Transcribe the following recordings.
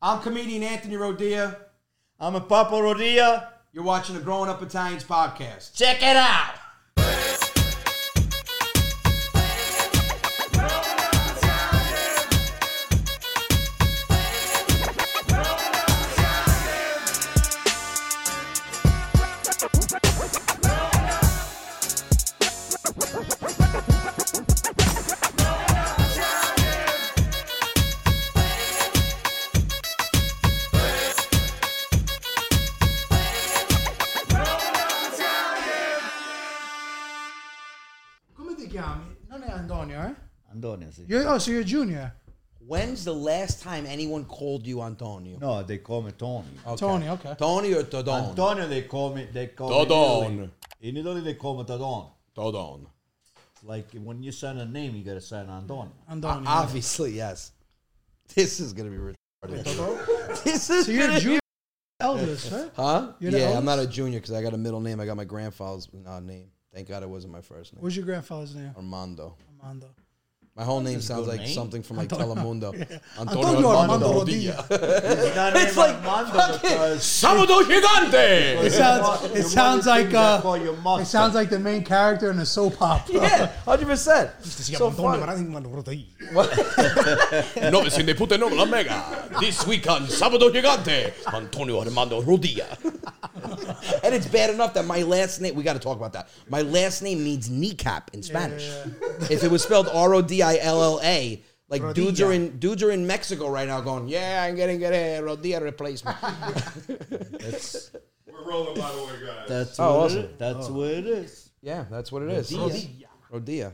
I'm comedian Anthony Rodia. I'm a Papa Rodilla. You're watching the Growing Up Italians podcast. Check it out. Come ti chiami? Non è Antonio, eh? Antonio, sì. You're, oh, so you're junior. When's the last time anyone called you Antonio? No, they call me Tony. Okay. Tony, okay. Oh, Tony or Todon? Antonio, they call me. They call Me Dodon. Italy. In Italy, they call me Dodon. Dodon. Like when you sign a name, you gotta sign Antonio. Antonio. eh. Obviously, yes. This is gonna be retarded. this is so you're gonna- junior eldest, right? huh? You're the yeah, I'm not a oldest? junior because I got a middle name. I got my grandfather's uh, name. Thank God it wasn't my first name. What's your grandfather's name? Armando. Armando. My whole name sounds good like name. something from like Telemundo. Antonio Armando Armando Rodilla. It's not It's named like Armando fucking- because- Samado Gigante. It sounds, You it sounds want to like think I uh, call you it mustard. sounds like the main character in a soap opera. yeah, hundred percent. So funny. No, sin de puta no, e la mega. This week on Sabado Gigante, Antonio Armando Rodilla. And it's bad enough that my last name, we got to talk about that. My last name means kneecap in Spanish. if it was spelled R O D I L L A, like dudes Rodilla. are in dudes are in Mexico right now going, yeah, I'm getting get a Rodilla replacement. That's We're rolling, by the way, guys. that's Oh, what awesome. it is. That's what it is. yeah, that's what it is. Rodilla. Rodilla.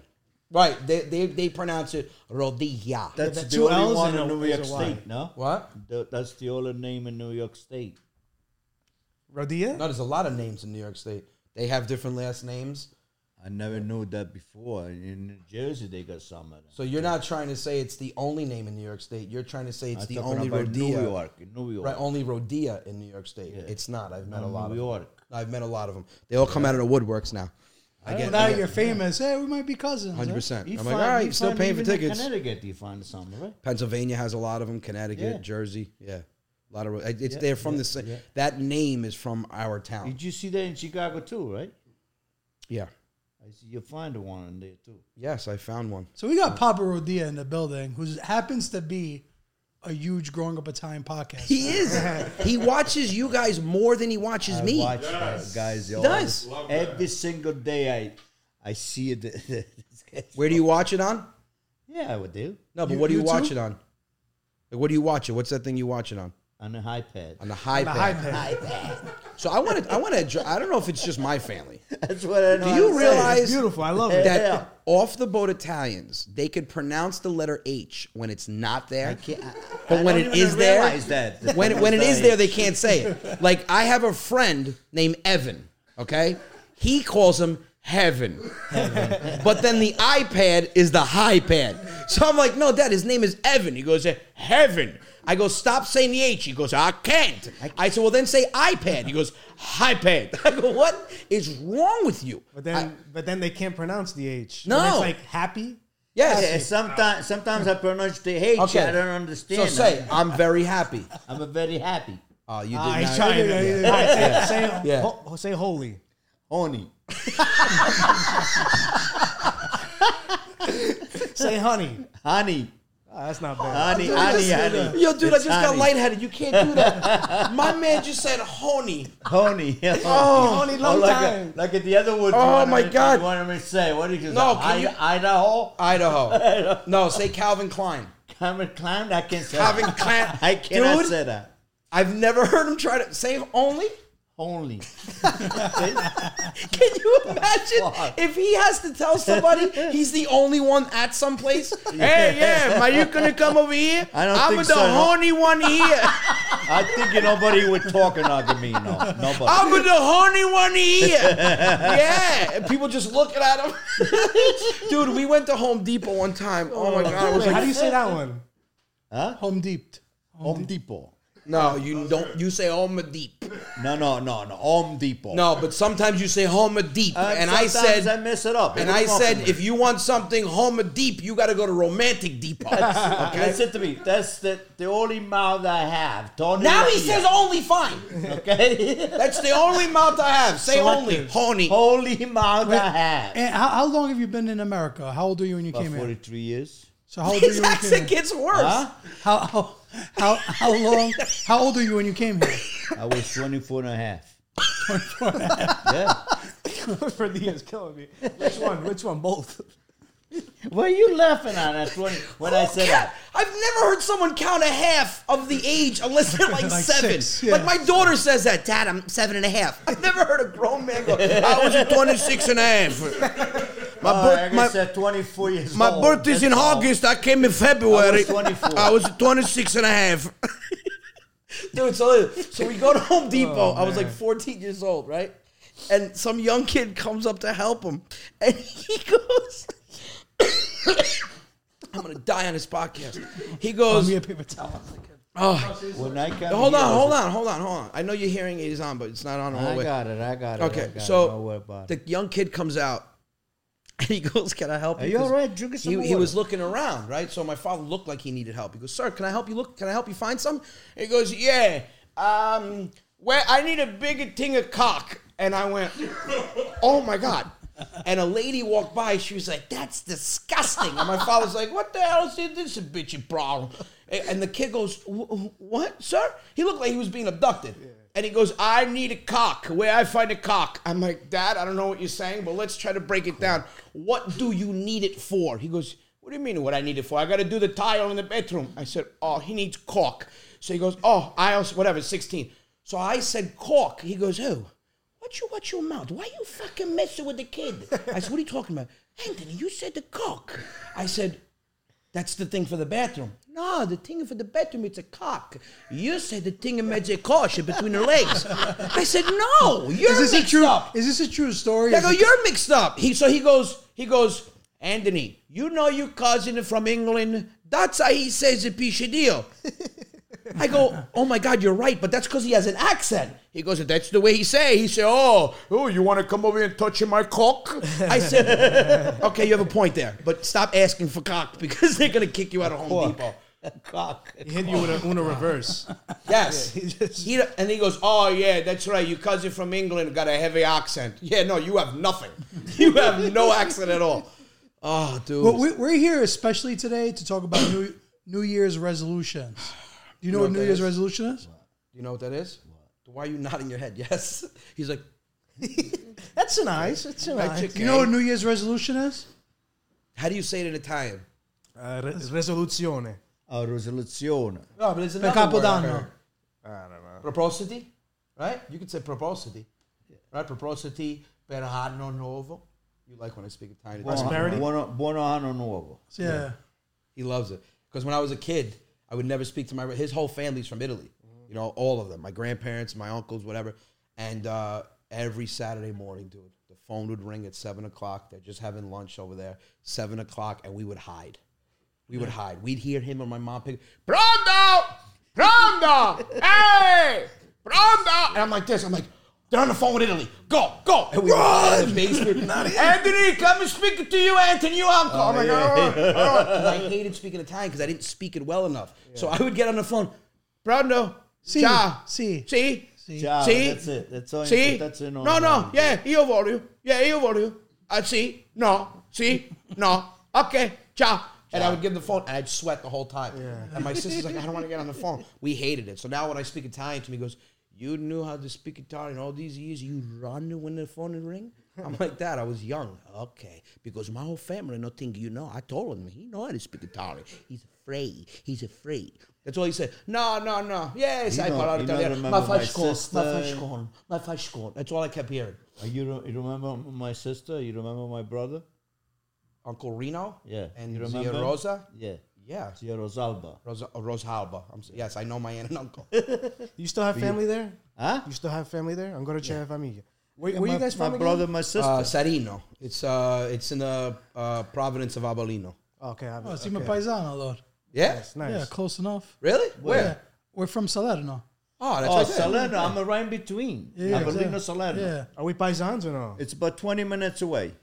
Right. They, they, they pronounce it Rodilla. That's the the two only L's one in in a- New is York a Y. State. No, what? Th- that's the only name in New York State. Rodilla? No, there's a lot of names in New York State. They have different last names. I never knew that before. In New Jersey, they got some of them. So you're not trying to say it's the only name in New York State. You're trying to say it's I'm the talking only about Rodilla. New York, New York. Right, only Rodilla in New York State. Yeah. It's not. I've met Not a lot New of York. Them. I've met a lot of them. They all come out of the woodworks now. I Well, get now I you're get famous. Hey, we might be cousins. huh? 100%. You I'm like, all find- right, you still find paying for even in tickets. Connecticut, you find some, right? Pennsylvania has a lot of them. Connecticut, Yeah. Jersey, yeah, a lot of. Ro- It's they're from the same. That name is from our town. Did you see that in Chicago too, right? yeah. I see you find the one in there too. Yes, I found one. So we got Papa Rodilla in the building, who happens to be a huge growing up Italian podcast. He is. he watches you guys more than he watches I me. watch uh, guys all does. the- every single day. I I see it. Where do you watch it on? yeah, I would do No, but You- what do you YouTube? watch it on? Like, what do you watch it? What's that thing you watch it on? on an iPad. On the high The pad. iPad. So I want to. I want to. I don't know if it's just my family. That's what I know. how to Do you Hey, it's realize beautiful. I love it. that Yeah. off the boat Italians they could pronounce the letter H when it's not there, say it. I can't- I- but I when don't it even is there, realize that. when when it is there, they can't say it. Like I have a friend named Evan. Okay, he calls him heaven, but then the iPad is the high pad. So I'm like, no, Dad, his name is Evan. He goes heaven. I go, stop saying the H. He goes, I can't. I said, well, then say iPad. He goes, iPad. I go, what is wrong with you? But then, but then they can't pronounce the H. No. When it's like happy. Yes. Yeah, sometimes sometimes I pronounce the H. Okay. I don't So understand. say, I'm very happy. I'm a very happy. Oh, you did Ah, he's not. trying Yeah, yeah, to yeah. All right, say- say, Yeah. ho- say holy. Honey. Say honey. Honey. Ah, that's not bad. Honey, honey, honey. Yo, dude, I It's just got honey. lightheaded. You can't do that. My man just said honey. Honey. Oh, Honey, long like, time. A, like at the other one. Oh, my God. You want me to say? What did you No, say? can I, you- Idaho? Idaho. No, say Calvin Klein. Calvin Klein? I can't say Calvin that. Klein. I cannot Dude, say that. I've never heard him try to say only. Only. Can you imagine Fuck. if he has to tell somebody he's the only one at some place? Hey, yeah, are you gonna come over here? I don't I'm think so, the no. horny one here. I think nobody would talk enough me. No, nobody. I'm the horny one here. yeah. And people just looking at him. Dude, we went to Home Depot one time. Oh my God. I was Wait, how do like, you say that one? Home Deep. Home Depot. no, you don't. You say Home Deep. No, no, no, no. Home Depot. No, but sometimes you say Home Deep, Uh, and I sometimes said, I mess it up. and It'll I come said, from me. if you want something Home Deep, you got to go to Romantic Depot. okay. Listen to me. That's the, the only mouth I have. Tony Now he Rea. says only fine. okay? That's the only mouth I have. Say only Selective. horny. only mouth I have. And how, how long have you been in America? How old are you when you About came here? 43 years. So how old are His you when you came accent here? gets worse. Huh? How, how, how, how long? How old are you when you came here? I was 24 and a half. For the is killing me. Which one? Which one? Both. What are you laughing at at 20 when I said Yeah, that? I've never heard someone count a half of the age unless they're like, Like seven. six, yeah. Like my daughter says that, Dad, I'm seven and a half. I've never heard a grown man go, I was 26 and a half. My, Oh, birth- like I my, said 24 years my old. birth is That's in all. August. I came in February. 24. I was 26 and a half. Dude, so, so we go to Oh, Home Depot. I was like 14 years old, right? And some young kid comes up to help him. And he goes, I'm going to die on this podcast. He Give goes, uh, me a paper towel. When I came Hold here, I was on, hold on, hold on, hold on. I know your hearing aid is on, but it's not on all the I way. got it. I got it. I Okay, got it. Don't worry so about the it. young kid comes out and he goes, Can I help Are you? you all 'Cause right? Drink us some He, water. he was looking around, right? So my father looked like he needed help. He goes, Sir, can I help you look? Can I help you find some? And he goes, Yeah. Um, well, I need a bigger thing of cock. And I went, Oh my God. And a lady walked by. She was like, That's disgusting. And my father's like, What the hell is this? This is a bitchy problem. A- And the kid goes, "Wh- wh- What, sir? He looked like he was being abducted. And he goes, I need a cock. Where I find a cock? I'm like, Dad, I don't know what you're saying, but let's try to break it down. What do you need it for? He goes, What do you mean what I need it for? I got to do the tile in the bedroom. I said, Oh, he needs caulk. So he goes, Oh, I also, whatever, 16. So I said, Caulk. He goes, Oh, what you watch your mouth? Why you fucking messing with the kid? I said, what are you talking about? Anthony, you said the cock. I said, that's the thing for the bathroom. No, the thing for the bathroom, it's a cock. You said the thing makes a caution between the legs. I said, no, you're Is this a mixed true? up. Is this a true story? I Is go, it- you're mixed up. He so he goes, he goes, Anthony, you know your cousin from England. That's how he says a piece of deal. I go, oh my God, you're right, but that's because he has an accent. He goes, that's the way he say. He say, oh, oh, you want to come over and touch my cock? I said, okay, you have a point there, but stop asking for cock because they're gonna kick you out of Home Depot. Cock. He hit you with a Una reverse. Yes. he, and he goes, Oh, yeah, that's right. Your cousin from England got a heavy accent. Yeah, no, you have nothing. You have no accent at all. Oh, dude. But we, we're here especially today to talk about New New Year's resolutions. Do you know what what New that Year's is? resolution is? you know what that is? Why are you nodding your head? Yes. He's like, That's an ice. That's an "That's ice. okay." You know what New Year's resolution is? How do you say it in Italian? Uh, re- resoluzione. A resoluzione. No, but it's Per Capodanno. Propositi, right? You could say propositi, right? Propositi per anno nuovo. You like when I speak Italian. Prosperity? Buono, buono anno nuovo. Yeah. He loves it because when I was a kid, I would never speak to my. His whole family's from Italy. You know, all of them. My grandparents, my uncles, whatever. And uh, every Saturday morning, dude, the phone would ring at seven o'clock. They're just having lunch over there. Seven o'clock, and we would hide. We would hide. We'd hear him or my mom pick. Pronto, pronto, hey, pronto. And I'm like this. I'm like. They're on the phone with Italy. Go, go, and we run. The basement. Anthony, come and speak to you, Anthony, your Oh, uncle. I'm like, "Arr, arr." And I hated speaking Italian because I didn't speak it well enough. So I would get on the phone. Pronto, Si, ciao, si. si, si, Ciao, si, that's it. That's all you- si. that's it on No, no, one. yeah, io voglio, yeah, io voglio. Uh, si, no, si, no, okay, ciao. And I would give the phone, and I'd sweat the whole time. And my sister's like, I don't want to get on the phone. We hated it. So now when I speak Italian to me, he goes, you knew how to speak Italian all these years. You run when the phone would ring. I'm like that. I was young. Okay, because my whole family no think you know. I told him he know how to speak Italian. He's afraid. He's afraid. That's all he said. No, no, no. Yes, You I don't- parlare you don't Italian. remember Ma fai my scuola, ma fai sister. scuola, ma fai scuola. That's all I kept hearing. Uh, You, re- you remember my sister? You remember my brother? Uncle Reno. Yeah. And you Zia remember? Rosa. Yeah. Yeah. Zia Rosalba. Rosa, uh, Rosalba. I'm, s- yes, I know my aunt and uncle. You still have family there? Huh? You still have family there? I'm going to check family. Where, Yeah, where my, you guys my from? again? brother, my sister. Uh, Sarino. It's uh, it's in the uh, province of Abolino. Oh, okay. I- Oh, it's okay. even paisano, Lord. Yeah. Nice, nice. Yeah, close enough. Really? Where? Ah, Yeah. We're from Salerno. Oh, that's Oh, right there. Salerno. I'm right in between. Yeah, Avellino, yeah. Salerno. Yeah. Are we paisans or no? It's about 20 minutes away.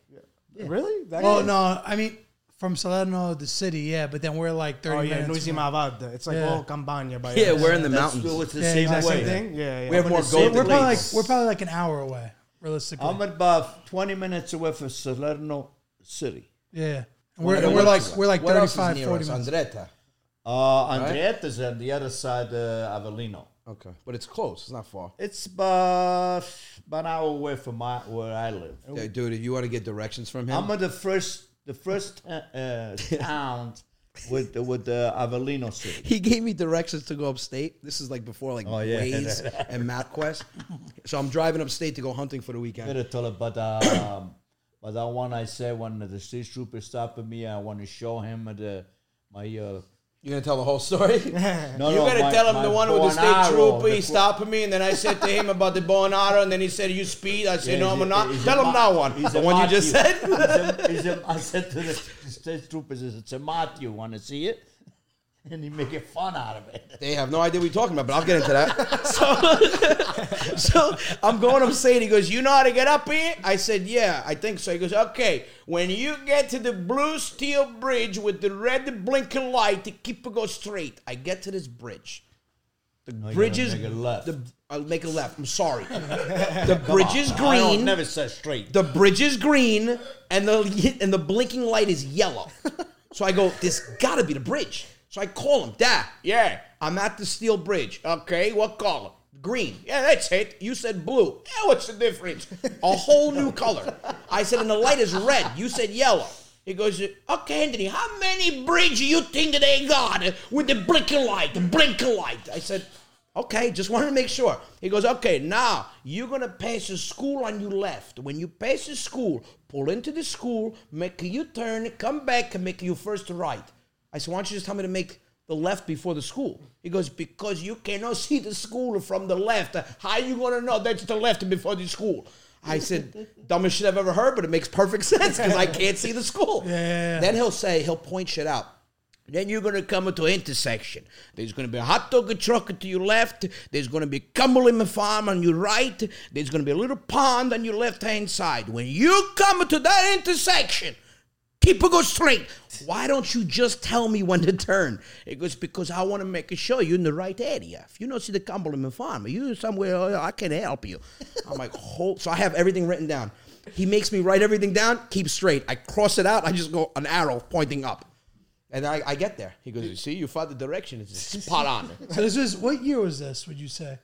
Really? That Oh is- no, I mean from Salerno, the city, yeah, but then we're like thirty Oh yeah, minutes. Noisy from- Mavada. It's like Yeah. all Campania by Yeah, us. we're in the That's mountains. It's the Yeah, same Is that way. same thing. Yeah, yeah. We have more Say gold the We're than probably like lakes. we're probably like an hour away, realistically. Um, I'm about 20 minutes away from Salerno City. yeah, and we're, What and we're else- like we're like what else is 35, near 40 us? minutes. Andretta. Uh, Andrietta's on the other side of Avellino. Okay, but it's close. It's not far. It's about, about an hour away from my, where I live. Yeah, dude, if you want to get directions from him, I'm at the first the first uh, uh, town with the, with the Avellino City. he gave me directions to go upstate. This is like before like Oh, yeah. Waze and MapQuest. So I'm driving upstate to go hunting for the weekend. Better tell it, but um, but that one I said when the state trooper stopped me, I want to show him the my uh, You gonna tell the whole story? No, you no, gotta my- tell him my the one with the state Buonarro, trooper. the- He stopped me, and then I said to him about the Bonaro, and then he said, "You speed." I said, Yeah, "No, he's I'm a- not." he's a Tell him Ma- that one. he's a The one you just Matthew. He's said. a- he's a- I said to the state troopers, "It's a Matthew. Want to see it?" And he make it fun out of it. They have no idea what we're talking about, but I'll get into that. so, so I'm going upstate. He goes, You know how to get up here? I said, Yeah, I think so. He goes, Okay, when you get to the blue steel bridge with the red blinking light, to keep it go straight. I get to this bridge. The bridge is make a left. The, I'll make a left. I'm sorry. the bridge is I don't green. never said straight. The bridge is green and the and the blinking light is yellow. So I go, this gotta be the bridge. So I call him, Dad. Yeah, I'm at the steel bridge. Okay, what color? Green. Yeah, that's it. You said blue. Yeah, what's the difference? A whole new color. I said, and the light is red. You said yellow. He goes, okay, Anthony, how many bridge you think they got with the blinking light? The blinking light. I said, Okay, just wanted to make sure. He goes, okay, now you're gonna pass the school on your left. When you pass the school, pull into the school, make a U-turn, come back, and make your first right. I said, why don't you just tell me to make the left before the school? He goes, because you cannot see the school from the left. How you gonna know that's the left before the school? I said, dumbest shit I've ever heard, but it makes perfect sense because I can't see the school. yeah, yeah. Then he'll say, he'll point shit out. Then you're gonna come to an intersection. There's gonna be a hot dog truck to your left. There's gonna be Cumberland Farm on your right. There's gonna be a little pond on your left hand side. When you come to that intersection, keep it go straight. Why don't you just tell me when to turn? It goes because I want to make sure you're in the right area. If you don't see the Cumberland Farm, you somewhere oh, I can help you. I'm like, hold. So I have everything written down. He makes me write everything down. Keep straight. I cross it out. I just go an arrow pointing up. And I, I get there. He goes, you see, you found the direction. It's spot on. So this is what year was this? Would you say?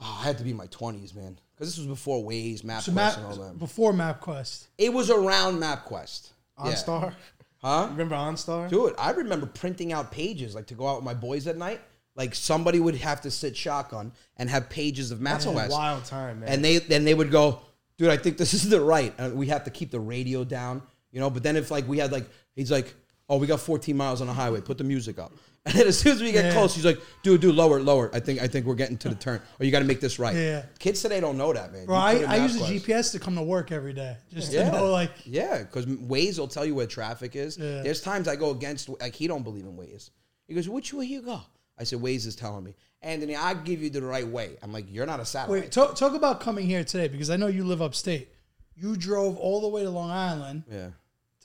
oh, I had to be in my 20s, man. Because this was before Waze, MapQuest, So and all Map that. before MapQuest. It was around MapQuest. Yeah. OnStar. Huh? Remember OnStar? Dude, I remember printing out pages like to go out with my boys at night. Like somebody would have to sit shotgun and have pages of That's a MapQuest. wild time, man. And they then they would go, dude, I think this is the right. And we have to keep the radio down, you know. But then if like we had like he's like, oh, we got 14 miles on the highway, put the music up. And then as soon as we get Yeah. close, he's like, dude, dude, lower, it, lower. it. I think I think we're getting to the turn. Or you got to make this right. Yeah. Kids today don't know that, man. Bro, You I, put in I use the MapQuest. GPS to come to work every day, just Yeah, to know like yeah, because Waze will tell you where traffic is. Yeah. There's times I go against like he don't believe in Waze. He goes, "Which way you go?" I said, "Waze is telling me." Anthony, I give you the right way. I'm like, "You're not a satellite." Wait, talk, talk about coming here today because I know you live upstate. You drove all the way to Long Island yeah,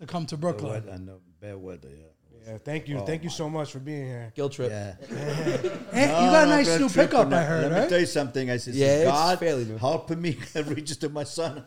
to come to Brooklyn. And the bad weather. Yeah. Yeah, thank you, thank you so much for being here. guilt trip. Yeah. Eh, you got a No, nice I'm new not tripping pickup, I now. heard, Let me right? tell you something. I said, Yeah, it's God fairly new. helping me register my son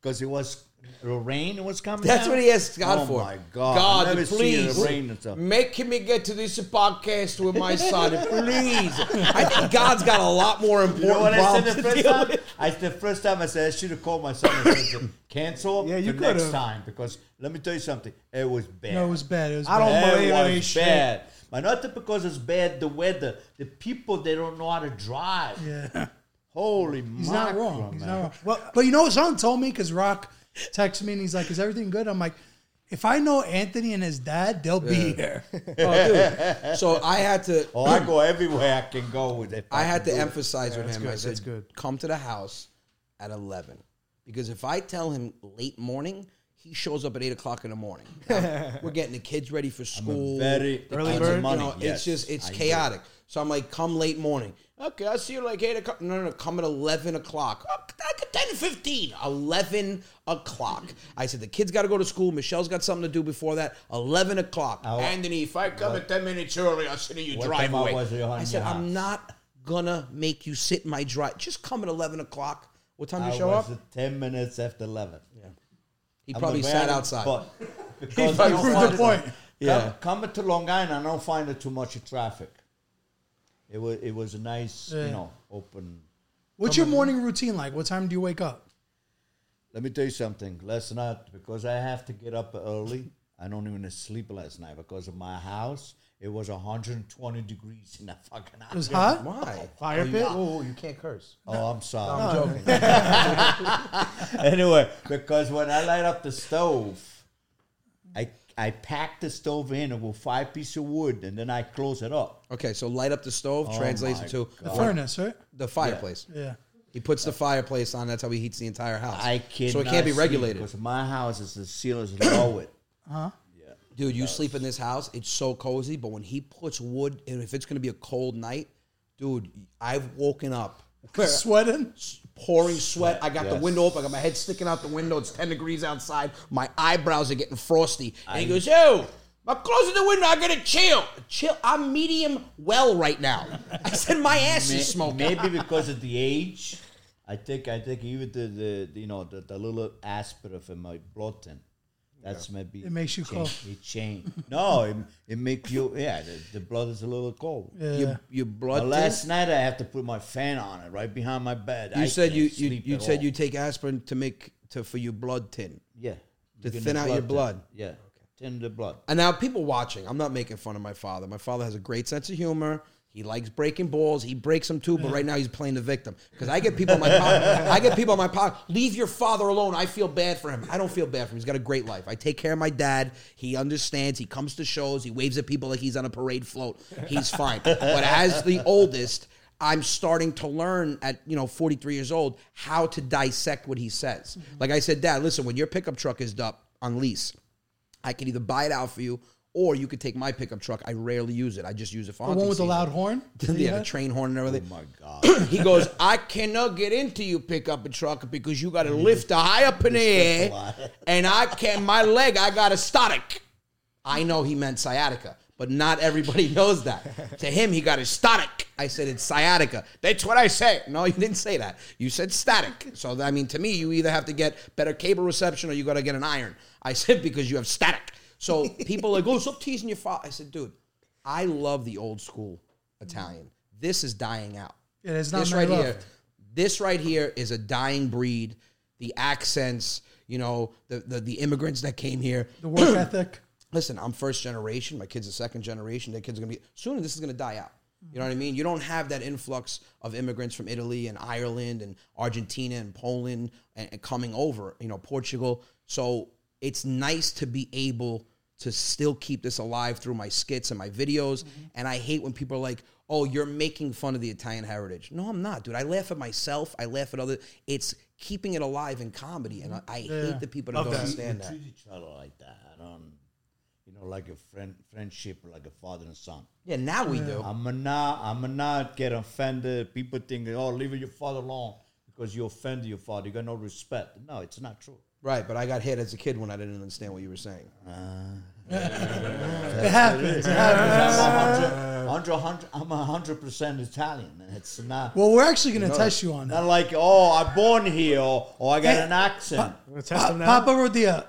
because it was the rain was coming. That's down. what he asked God oh for. my God! God, I've never seen please the rain and stuff. make me get to this podcast with my son, please. I think God's got a lot more important You know what I problems said the to first deal time? with. I the first time I said I should have called my son and said cancel. Yeah, you for next could've. time because let me tell you something. It was bad. No, it was bad. It was I bad. don't- It believe any was shit. bad. But not that because it's bad the weather. The people they don't know how to drive. Yeah, Holy he's not mackerel, wrong. He's man. not wrong. Well, but you know what Sean told me because Rock texted me and he's like, "Is everything good?" I'm like, "If I know Anthony and his dad, they'll be here." Oh, dude. So I had to. Oh, I go everywhere I can go with it. I had to emphasize with that's him. good, I that's said, good. "Come to the house at 11. because if I tell him late morning, he shows up at eight o'clock in the morning. Now, we're getting the kids ready for school. very the early kids are- bird. you know, Money, yes, it's just it's I agree. chaotic. So I'm like, come late morning. Okay, I'll see you like 8 o'clock. No, no, no, come at 11 o'clock. Oh, c- Ten fifteen. 11 o'clock. I said, the kids got to go to school. Michelle's got something to do before that. 11 o'clock. Anthony, if I come at 10 minutes early, I'll sit in your What time driveway. was it on I said, your I'm house? not going to make you sit in my drive. Just come at 11 o'clock. What time do I you show was up? at ten minutes after eleven. He I'm probably aware sat of- outside. But because probably I don't proved find the it- point. Come- Yeah. coming to Long Island, I don't find it too much traffic. It was it was a nice, you know, open. What's your morning routine like? What time do you wake up? Let me tell you something. Last night, because I have to get up early, I don't even sleep last night because of my house. It was 120 degrees in the fucking house. It was hot. Why? Fire pit? Oh, you can't curse. Oh, I'm sorry. I'm joking. anyway, because when I light up the stove, I I pack the stove in with five piece of wood, and then I close it up. Okay, so light up the stove translates Oh my into The furnace, right? the fireplace. Yeah. He puts the fireplace on. That's how he heats the entire house. I can't. So it can't be regulated. because my house is the seal is lowered. Dude, you sleep in this house, it's so cozy, but when he puts wood, and if it's gonna be a cold night, dude, I've woken up Sweating. pouring sweat. I got the yes. window open, I got my head sticking out the window, it's 10 degrees outside, my eyebrows are getting frosty. And he goes, Yo, I'm closing the window, I gotta chill. Chill, I'm medium well right now. I said, My ass May- is smoking. Maybe because of the age, I think I think even the, the you know the, the little aspirin in my bloodin. That's maybe It makes you change- cough. It change. No, it, it make you yeah. The, the blood is a little cold. Yeah. Your, your blood. But test? last night I have to put my fan on it right behind my bed. You I said can't you you, sleep you at said all. you take aspirin to make to for your blood tin. yeah to You're thin gonna out your blood blood. thin. Yeah, thin the blood. And now people watching, I'm not making fun of my father. My father has a great sense of humor. He likes breaking balls. He breaks them too, but right now he's playing the victim because I get people on my pod, I get people on my pod. Leave your father alone. I feel bad for him. I don't feel bad for him. He's got a great life. I take care of my dad. He understands. He comes to shows. He waves at people like he's on a parade float. He's fine. but as the oldest, I'm starting to learn at you know 43 years old how to dissect what he says. Like I said, Dad, listen, when your pickup truck is up on lease, I can either buy it out for you or you could take my pickup truck. I rarely use it. I just use it for The one hunting with the season. loud horn. yeah, the train horn and everything. Oh my god! he goes, I cannot get into you pickup truck because you got to lift the high up in the air, lot. and I can't. My leg, I got a static. I know he meant sciatica, but not everybody knows that. to him, he got a static. I said it's sciatica. That's what I say. No, you didn't say that. You said static. So I mean, to me, you either have to get better cable reception or you got to get an iron. I said because you have static. So people are like, oh, stop teasing your father. I said, dude, I love the old school Italian. This is dying out Yeah, there's not this many right here. left. This right here is a dying breed. The accents, you know, the the, the immigrants that came here. The work ethic. Listen, I'm first generation. My kids are second generation. Their kids are gonna be soon. This is gonna die out. You know what I mean? You don't have that influx of immigrants from Italy and Ireland and Argentina and Poland and, and coming over. You know, Portugal. So it's nice to be able to still keep this alive through my skits and my videos. And I hate when people are like, oh, you're making fun of the Italian heritage. No, I'm not, dude. I laugh at myself. I laugh at other. It's keeping it alive in comedy. And I, I hate the people that don't understand that. treat each other like that. I don't, you know, like a friend friendship, like a father and son. Yeah, now we do. I'm not, I'm not get offended. People think, oh, leave your father alone because you offended your father. You got no respect. No, it's not true. Right, but I got hit as a kid when I didn't understand what you were saying. It happens. It happens. I'm 100, 100, I'm 100% Italian, and it's not. Well, we're actually going to test you on that. not like, oh, I'm born here, or, or I got uh, an accent. We're gonna test Pa- them now. Papa Rodia,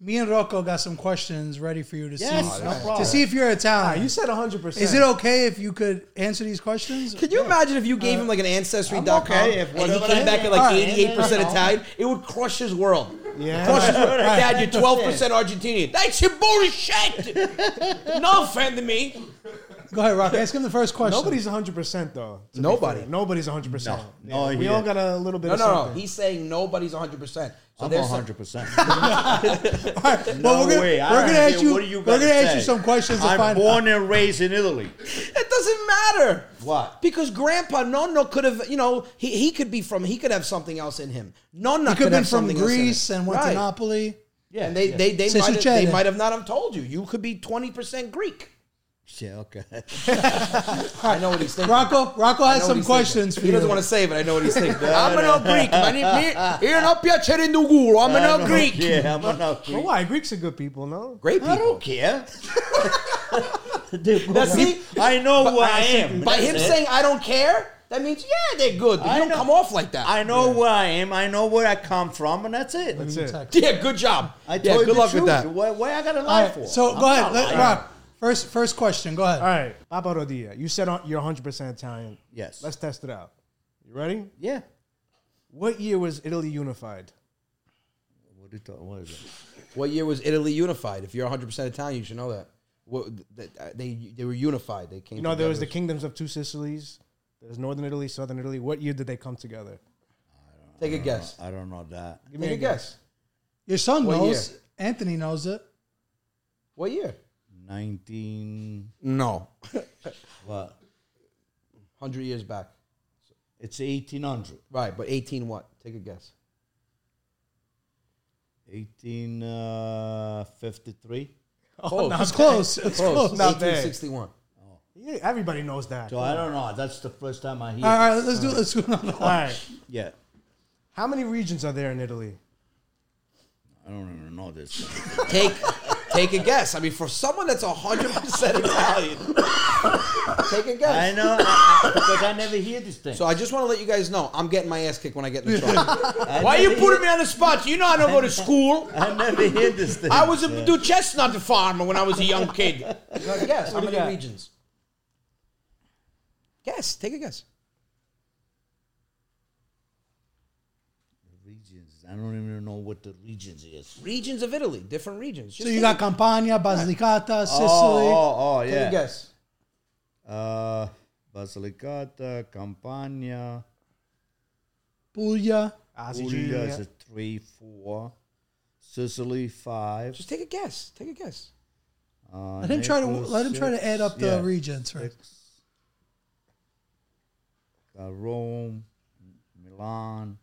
me and Rocco got some questions ready for you to Yes, see no to problem. see if you're Ah, Italian. you said 100%. Is it okay if you could answer these questions? Can you imagine if you gave him like an ancestry.com I'm okay if and he whatever came I- back at All like right. eighty eight percent Italian? It would crush his world. Yeah. Crush his world. Dad, you're twelve percent Argentinian. That's your bullshit. no offend to me. Go ahead, Rocco. Ask him the first question. Nobody's 100% though. to be Nobody. fair. Nobody's 100%. No. Yeah, No, we yeah. all got a little bit No, of no, no. something. He's saying nobody's one hundred percent. So I'm there's some- 100%. All right, well, we're gonna, way. I we're don't gonna care ask you. what you we're gonna gotta ask you say. some questions to I'm find born and raised in Italy. It doesn't matter. What? Because Grandpa Nonno could have, you know, he, he could be from, he could have something else in him. Nonna He could be have from something else in Greece him. and went Right. to Napoli. Yeah, and they they they Since might you have, they chatted. might have not have told you. You could be twenty percent Greek. Shit, okay. I know what he's thinking. Rocco, Rocco I has know some what he's thinking. questions for He you. doesn't want to say it, but I know what he's thinking. I'm an old Greek. My name- me- You're an piacere in the guru. I'm an old Greek. Yeah, I'm not Well, Greek. why? Greeks are good people, no? Great I people. don't care. Dude, Now, see, eh? I know who But I am. By That's him it. saying I don't care, that means yeah, they're good. But I you don't know- come off like that. I know where I am. I know where I come from, and that's it. That's it. yeah, good job. I told yeah, you good the luck truth. with that. Why, why I gotta All lie right, for? so I'm go ahead, not let, lying. Rock. First, first question. Go ahead. All right, Papa Rodia, you said on- you're 100% Italian. Yes. Let's test it out. You ready? Yeah. What year was Italy unified? What are you talking? What is it? What year was Italy unified? If you're 100 percent Italian, you should know that. What, that uh, they they were unified. They came. You know, there together. was the kingdoms of two Sicilies. There's northern Italy, southern Italy. What year did they come together? Take a guess. I don't know that. Give Take a guess. Your son What knows. year? Anthony knows it. What year? Nineteen. No, What? 100 years back. It's eighteen hundred. Right, but 18 what? Take a guess. Eighteen uh, fifty-three. Oh, It's close. It's close. close. Not bad. 1861. Yeah, everybody knows that. So I don't know. That's the first time I hear. All right, let's do. Let's do another All one. right. Yeah. How many regions are there in Italy? I don't even know this. Take take a guess. I mean, for someone that's 100 percent Italian, take a guess. I know I, I, because I never hear this thing. So I just want to let you guys know I'm getting my ass kicked when I get in the truck. I Why are you never putting me hear- on the spot? You know I don't go to school. I never hear this thing. I was a Yeah. do chestnut farmer when I was a young kid. guess how do you many got? regions? Guess. Take a guess. regions. I don't even know what the regions is. Regions of Italy, different regions. So Just you got Campania, Basilicata, Sicily. Oh, oh, oh take a yeah. guess. Uh, Basilicata, Campania. Puglia. Puglia is a three, four. Sicily five. Just take a guess. Take a guess. Uh, Let him try to Naples, let him try to add six. up the Yeah. regions. Right? Uh, Rome, Milan.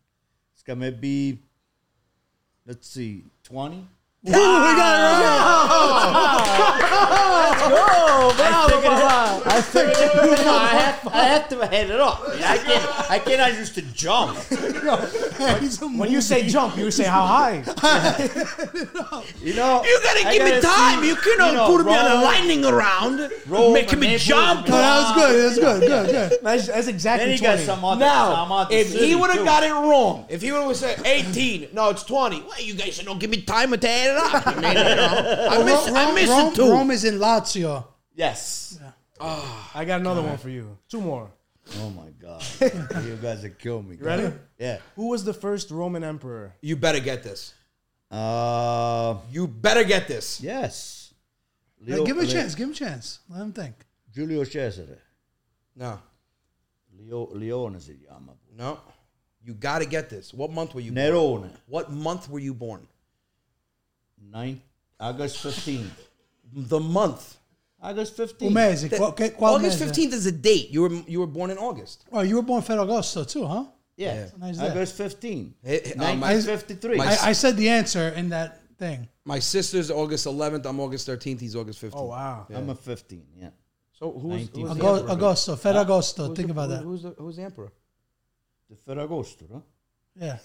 It's gonna be. Let's see, twenty. I think I have, I have to head it up. I can't. I cannot just to jump. He's a When you say jump, you say how high? You know. You gotta give me time. you cannot know, put me on a Rome, lightning around, Rome, making me Naples, jump. No, that was good. That was good. Good. Good. That's, that's exactly Then he 20. got some other. some Now, other if city, he would too. have got it wrong, if he would have said 18, no, it's 20. Well, you guys don't give me time to add it up. I mean, you know, I miss, I Rome- miss Rome, it too. Rome is in Lazio. yes. I got another one for you. Two more. Oh my god, you guys are killing me. Ready? Yeah. Who was the first Roman emperor? You better get this. Uh, You better get this. yes. Hey, give him a Leo- chance. Give him a chance. Let him think. Giulio Cesare. No, Leo, Leone si chiama. no. You gotta get this. What month were you born? Nerone, What month were you born? 9, August 15th. The month. August 15th. Umese. qual, che- qual August mese? 15th is a date. You were you were born in August. Oh, you were born Ferragosto too, huh? Yeah. Nice day. August 15th. Hey, hey, uh, my- 1953. my- I, I said the answer in that thing. My sister's August 11th. I'm August 13th. He's August 15th. Oh, wow. I'm a 15, yeah. So who was, who was the Ago- emperor? Agosto, Ferragosto. Who's think the- about who- that. Who's the, who's the emperor? The Ferragosto, no? yeah.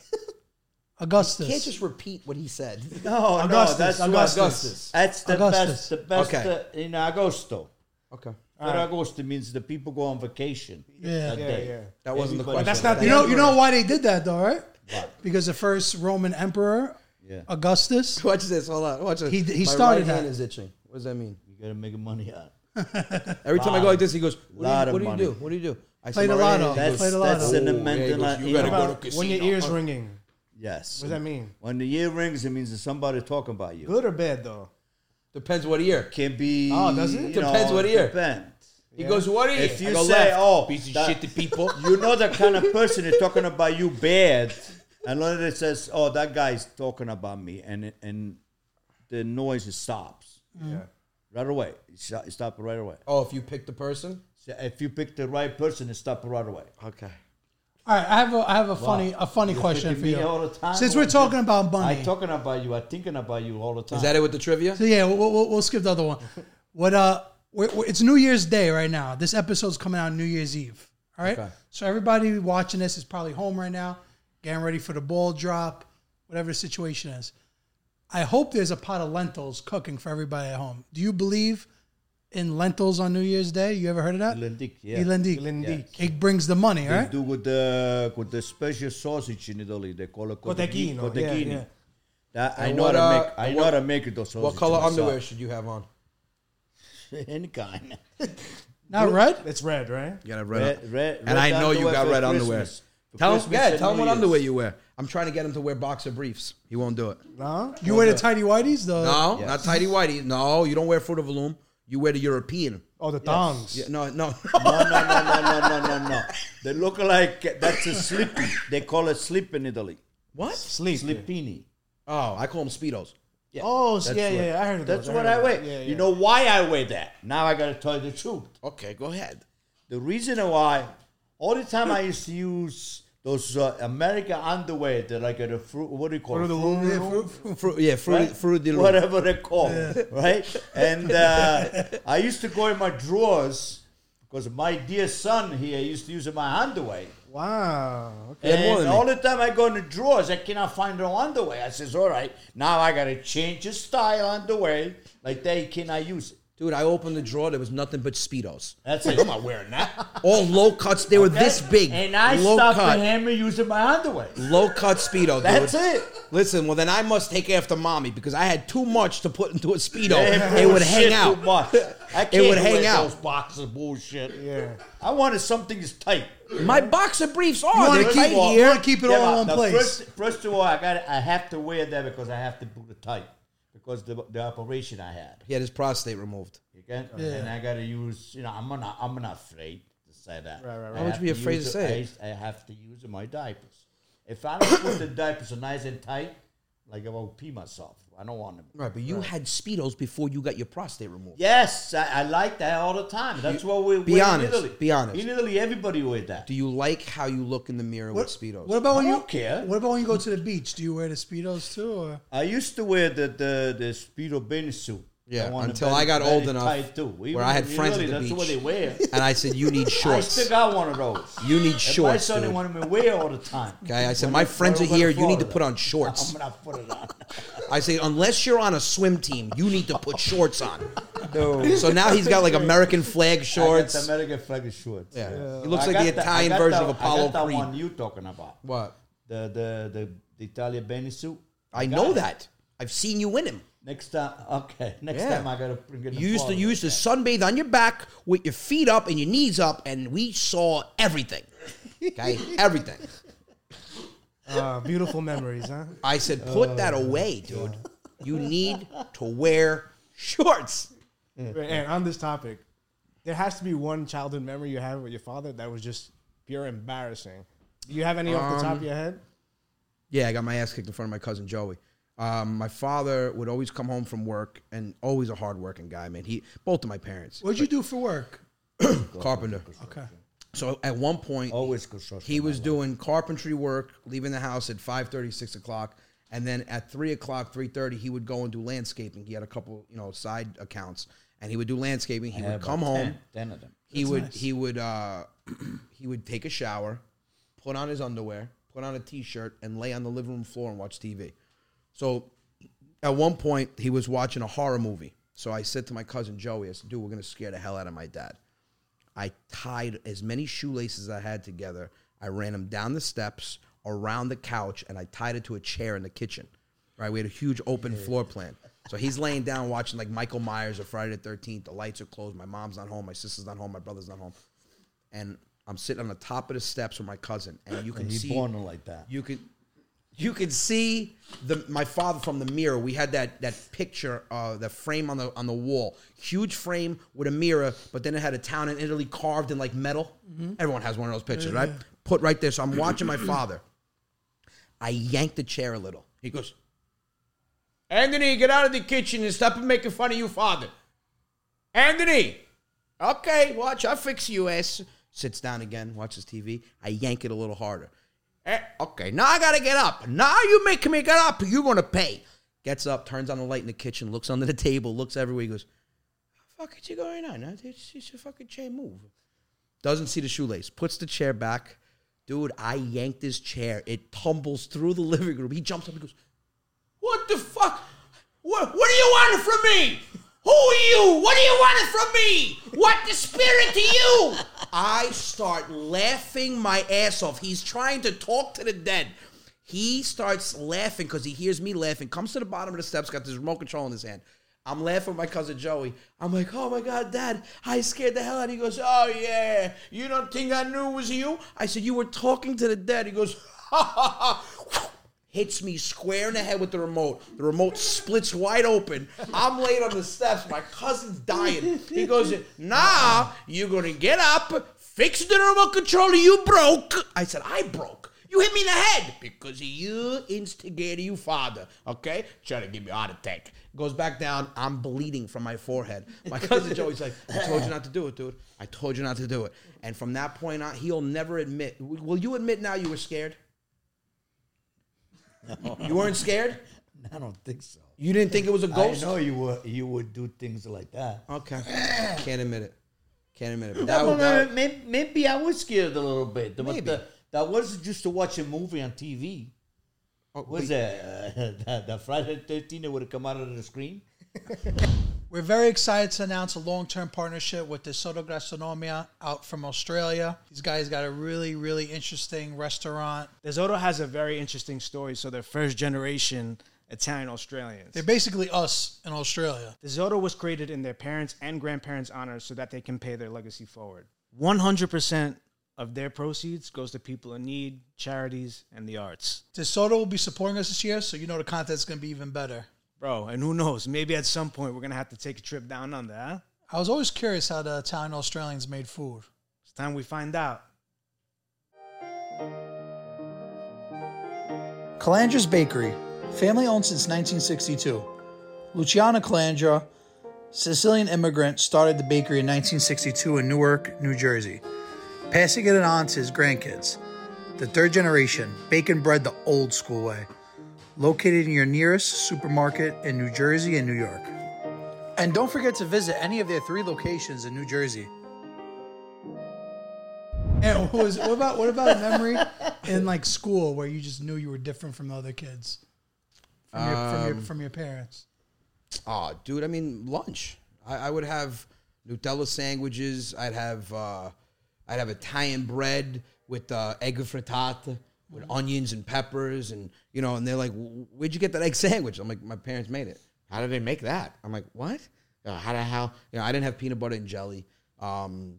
Augustus. Can't just repeat what he said. No, Augustus, that's what- Augustus. That's the Augustus. best, the best Okay. uh, in Agosto. Okay. Ferragosto means the people go on vacation. Yeah. that Ah. Yeah, day. yeah. That wasn't the Everybody- question. That's not You the know, you know why they did that though, right? Because the first Roman emperor, Yeah. Augustus, Watch this. Hold on. Watch this. He- he My started right that. hand is itching. What does that mean? You gotta make money out. Every time I go like this, he goes, "What Lot of do you, what do, you money. do? What do you do?" I Played said, a lot of. That's, Played a lot that's of. an yeah, he goes, amendment. "You gotta go to When your ears ringing. Yes. What does that mean? When the ear rings, it means that somebody talking about you. Good or bad, though? Depends what year. Can be. Oh, does it? you Depends know, what ear. Depends. He goes, "What year?" If I you go, say, "Left, "Oh, piece of that- shit," to people. You know the kind of person is talking about you bad, and then it says, "Oh, that guy's talking about me," and and the noise stops Yeah. right away. It sto- it stop right away. Oh, if you pick the person. So if you pick the right person, it stop right away. Okay. All right, I have a, I have a funny a funny question picking for me you. all the time, Since or we're you- talking about I money, talking about you. I thinking about you all the time. Is that it with the trivia? so yeah, we'll, we'll, we'll skip the other one. What uh, we're, we're- it's New Year's Day right now. This episode's coming out New Year's Eve. All right. So everybody watching this is probably home right now, getting ready for the ball drop, whatever the situation is. I hope there's a pot of lentils cooking for everybody at home. Do you believe in lentils on New Year's Day? You ever heard of that? Elendic, yeah. Elendic. Elendic. It brings the money, They right? do with the with the special sausage in Italy. They call it cotechini. Cotechino, yeah, yeah. That, I And know what, how to uh, make. I and know how what- to make it. Those What color underwear should you have on? Any kind. Not red? It's red, right? You gotta have Red- red- and I red know you underwear got for red underwear. Christmas. For Tell him, Christmas yeah, and tell him New what Year's. underwear you wear. I'm trying to get him to wear boxer briefs. He won't do it. No. You wear the tidy whities? Oh, The, No, not tidy whitey. No, you don't wear fruit of volume. You wear the European. Oh, the thongs. Yeah, no, no. No, no, no, no, no, no, no, no. They look like that's a slippy. They call it slip in Italy. what? Sleep. Slippini. Oh, I call them speedos. Oh, s- That's yeah, what- yeah, I heard of That's those, I what heard I of wear. those. Yeah, You yeah. know why I wear that? Now I gotta tell you the truth. Okay, go ahead. The reason why, all the time I used to use those uh, American underwear, they're like a fruit, what do you call it? Fruit, yeah, fruit, Right? fruit of the loom. Whatever they call, right? And uh, I used to go in my drawers because my dear son here used to use my underwear. Wow. Okay. had more And than all the time I go in the drawers, I cannot find no underwear. I says, all right, now I gotta change the style underwear. Like they cannot use it. Dude, I opened the drawer. There was nothing but speedos. That's it. I'm not wearing that. All low cuts. They were this big. And I low stopped cut, the hammer using my underwear. low cut speedo. Dude. That's it. Listen, well then I must take after mommy because I had too much to put into a speedo. That it would bullshit hang out. too much. I can't would hang wear out. Those boxes bullshit. Yeah. I wanted something that's tight. My boxer briefs You are wanna they're keep tight all- here. you wanna keep it all in but one the place. First, first of all, I got I have to wear that because I have to boot it tight because the the operation I had. He had his prostate removed. You can, and I gotta use. You know, I'm not. I'm not afraid to say that. Right, right, right. I Why would have you be afraid use to the- say I it? used- I, have to use my diapers. If I don't put the diapers nice and tight, like I will pee myself. I don't want them. Right, but you had speedos before you got your prostate removed. Yes, I, I like that all the time. That's what we be wear honest, In Italy. be honest. In Italy, everybody wear that. Do you like how you look in the mirror What, with speedos? what about when I you don't care. Oh, What about when you go to the beach? Do you wear the speedos too? Or? I used to wear the the, the speedo bathing suit. Yeah, wanted until very- I got very old enough tight too. where Even I had in friends at Italy, the That's beach. what they wear. and I said, you need I shorts. still got one of those. You need And My shorts, son didn't dude. want me to wear all the time. Okay, I said, When my we- friends when are we here. went to You need to Florida. put on I'm shorts. gonna put it on. I say, unless you're on a swim team, you need to put shorts on. So now he's got like American flag I got shorts. the American flag shorts. Yeah. He I looks like got the Italian I got version the- of Apollo I got Creed. that one you talking about. What? The the the, the Italian bathing suit. I got know it. that. I've seen you in him. Next time, okay. Next Yeah. time I gotta bring it. You used to you used to sunbathe on your back with your feet up and your knees up, and we saw everything. Okay, everything. Uh, beautiful memories, huh? I said, put that away, dude. You need to wear shorts. And on this topic, there has to be one childhood memory you have with your father that was just pure embarrassing. Do you have any off the top of your head? Yeah, I got my ass kicked in front of my cousin Joey. Um, my father would always come home from work, and always a hardworking guy, man. He both of my parents What'd you do for work? carpenter. Okay. So at one point, always construction. he was doing carpentry work, leaving the house at 5.30, 6 o'clock. And then at 3 o'clock, 3.30, he would go and do landscaping. He had a couple, you know, side accounts. And he would do landscaping. He would come home. Ten of them. He would he would uh, he would take a shower, put on his underwear, put on a t-shirt, and lay on the living room floor and watch TV. So at one point he was watching a horror movie. So I said to my cousin Joey, I said, dude, we're gonna scare the hell out of my dad. I tied as many shoelaces as I had together. I ran him down the steps, around the couch, and I tied it to a chair in the kitchen. Right, we had a huge open floor plan. So he's laying down watching like Michael Myers or Friday the Thirteenth. The lights are closed. My mom's not home. My sister's not home. My brother's not home. And I'm sitting on the top of the steps with my cousin, and you can He see born like that. you could you could see the my father from the mirror. We had that that picture, uh, the frame on the on the wall, huge frame with a mirror, but then it had a town in Italy carved in like metal. Everyone has one of those pictures, right? Put right there. So I'm watching my father. I yanked the chair a little. He goes, Anthony, get out of the kitchen and stop making fun of your father. Anthony, okay, watch, I'll fix you ass. Sits down again, watches TV. I yank it a little harder. Eh, okay, now I gotta get up. Now you making me get up. You're gonna pay. Gets up, turns on the light in the kitchen, looks under the table, looks everywhere. He goes, fuck is going on? Huh? It's, it's a fucking chair move. Doesn't see the shoelace. Puts the chair back. Dude, I yanked his chair. It tumbles through the living room. He jumps up and goes, What the fuck? What, what do you want from me? Who are you? What do you want from me? What the spirit to you? I start laughing my ass off. He's trying to talk to the dead. He starts laughing because he hears me laughing, comes to the bottom of the steps, got this remote control in his hand. I'm laughing with my cousin Joey. I'm like, oh my God, Dad, I scared the hell out of you. He goes, oh yeah, you don't think I knew it was you? I said, you were talking to the dead. He goes, ha ha ha. Hits me square in the head with the remote. The remote splits wide open. I'm laid on the steps. My cousin's dying. He goes, nah, you're going to get up, fix the remote controller you broke. I said, I broke. You hit me in the head because you instigated you father. Okay? Try to give me a heart attack. Goes back down. I'm bleeding from my forehead. My cousin Joey's like, I told you not to do it, dude. I told you not to do it. And from that point on, he'll never admit. W- Will you admit now you were scared? You weren't scared? I don't think so. You didn't think it was a ghost? I know you would you would do things like that. Okay. Can't admit it. Can't admit it. But that, No, was- no, that, no, may- maybe I was scared a little bit. But Oh, Maybe. the, that wasn't just to watch a movie on TV. was that, uh, that, that Friday the 13th that would have come out of the screen? We're very excited to announce a long-term partnership with the Soto Gastronomia out from Australia. These guys got a really, really interesting restaurant. The Zoto has a very interesting story. So they're first generation Italian Australians. They're basically us in Australia. The Zoto was created in their parents' and grandparents' honor so that they can pay their legacy forward. 100% of their proceeds goes to people in need, charities, and the arts. DeSoto will be supporting us this year, so you know the content's going to be even better. Bro, and who knows? Maybe at some point we're going to have to take a trip down under, huh? I was always curious how the Italian Australians made food. It's time we find out. Calandra's Bakery, family owned since 1962. Luciana Calandra, Sicilian immigrant, started the bakery in 1962 in Newark, New Jersey, passing it on to his grandkids. The third generation, baking bread the old school way. Located in your nearest supermarket in New Jersey and New York. And don't forget to visit any of their three locations in New Jersey. And what, was, what about what about a memory in like school where you just knew you were different from the other kids, from your, from Um, your, from your parents? Ah, dude, I mean lunch. I, I would have Nutella sandwiches. I'd have uh, I'd have Italian bread with uh, egg frittata with onions and peppers and you know. And they're like, "Wh- "Where'd you get that egg sandwich?" I'm like, "My parents made it." How did they make that? I'm like, "What? Uh, how the hell?" You know, I didn't have peanut butter and jelly. Um,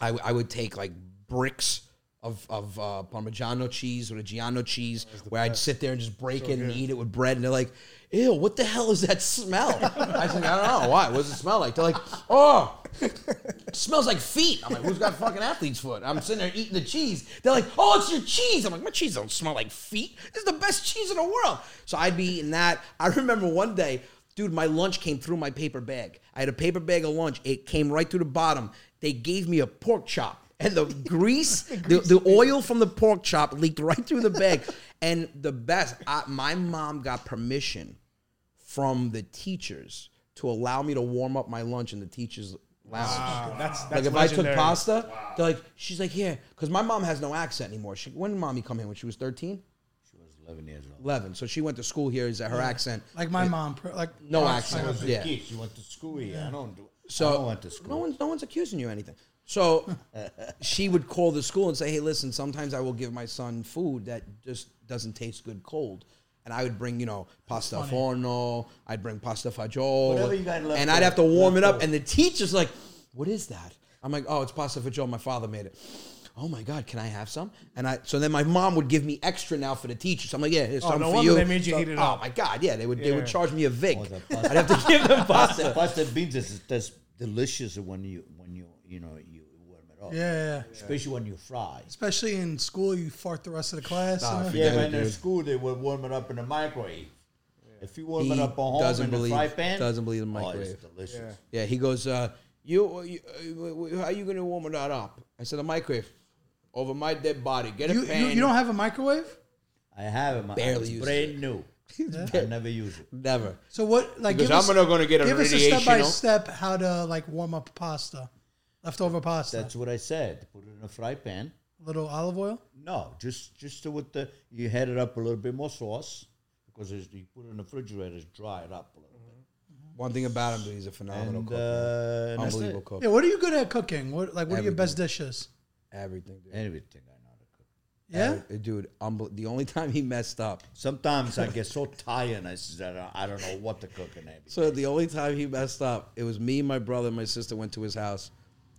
I, w- I would take like bricks of, of uh, Parmigiano cheese or the Giano cheese, where I'd sit there and just break it and eat it with bread. And they're like, ew, what the hell is that smell? I was like, I don't know. Why? What does it smell like? They're like, oh, it smells like feet. I'm like, who's got fucking athlete's foot? I'm sitting there eating the cheese. They're like, oh, it's your cheese. I'm like, my cheese don't smell like feet. This is the best cheese in the world. So I'd be eating that. I remember one day, dude, my lunch came through my paper bag. I had a paper bag of lunch. It came right through the bottom. They gave me a pork chop. And the grease, the, the oil from the pork chop leaked right through the bag. And the best, I, my mom got permission from the teachers to allow me to warm up my lunch in the teachers' lounge. That's, that's Like if I legendary. took pasta, they're like, she's like, yeah, because my mom has no accent anymore. She, when did mommy come here? When she was 13? She was 11 years old. 11. So she went to school here. Is that her accent? Like my mom, pr- like No I- accent. I- was a Yeah. kid. She went to school here. I don't do. So I don't went to school. No one's no one's accusing you of anything. So she would call the school and say, "Hey, listen, sometimes I will give my son food that just doesn't taste good cold." And I would bring, you know, pasta forno. I'd bring pasta fagioli, Whatever you got left and I'd have to over, warm it left up. over. And the teacher's like, "What is that?" I'm like, "Oh, it's pasta fagioli. My father made it." Oh my God! Can I have some? And I so then my mom would give me extra now for the teacher. So I'm like, yeah, here's Oh, some no for wonder you. they made you So- heat it oh up. my God! Yeah, they would they would Yeah. charge me a vic. Oh, the I'd pasta- have to give them pasta. Pasta and beans is that's delicious when you when you you know you warm it up. Yeah, yeah, yeah. Especially when you fry. Uh, Especially in school, you fart the rest of the class. Nah, you know? forget Yeah, it, when in dude. school they would warm it up in the microwave. If you warm He it up at home doesn't in the believe- fry pan, doesn't believe the oh, microwave. it's delicious. Yeah, he goes, uh, you, you uh, how you gonna warm it up? I said, a microwave over my dead body. Get a You, you, pan. you don't have a microwave? I have it. My, Barely it's use brand new. I never use it. Never. So what? Like, Because give us, I'm not gonna get a give us a step by radiational. step how to like warm up pasta, leftover pasta, That's what I said. Put it in a fry pan. little olive oil. No, just just to with the you head it up a little bit more sauce because it's, you put it in the refrigerator, it's dry it up a little bit. One thing about him, dude, he's a phenomenal And, cook. uh, and that's it. Unbelievable cook. Yeah. What are you good at cooking? What like what are your best dishes? Everything, dude. Everything I know how to cook. Yeah. Every- Dude, unbel- the only time he messed up. Sometimes I get so tired and I said I don't know what to cook and everything. So the only time he messed up, it was me, my brother, and my sister went to his house,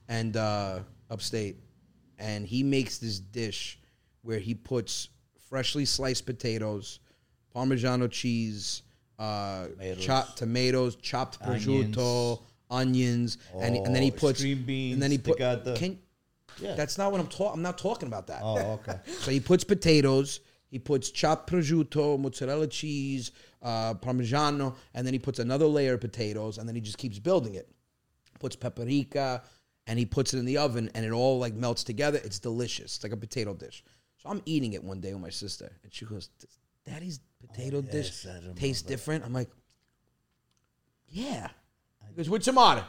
and uh, upstate, and he makes this dish where he puts freshly sliced potatoes, Parmigiano cheese, uh, chopped tomatoes, chopped prosciutto, onions, and, and then he Oh, puts string beans, and then he they put. got the- can- Yeah. That's not what I'm talking. I'm not talking about that. Oh, okay. So he puts potatoes, he puts chopped prosciutto, mozzarella cheese, uh, parmigiano, and then he puts another layer of potatoes, and then he just keeps building it. Puts paprika, and he puts it in the oven, and it all like melts together. It's delicious. It's like a potato dish. So I'm eating it one day with my sister, and she goes, "Does "Daddy's potato dish I remember. tastes different." I'm like, "Yeah." He goes, what's the matter?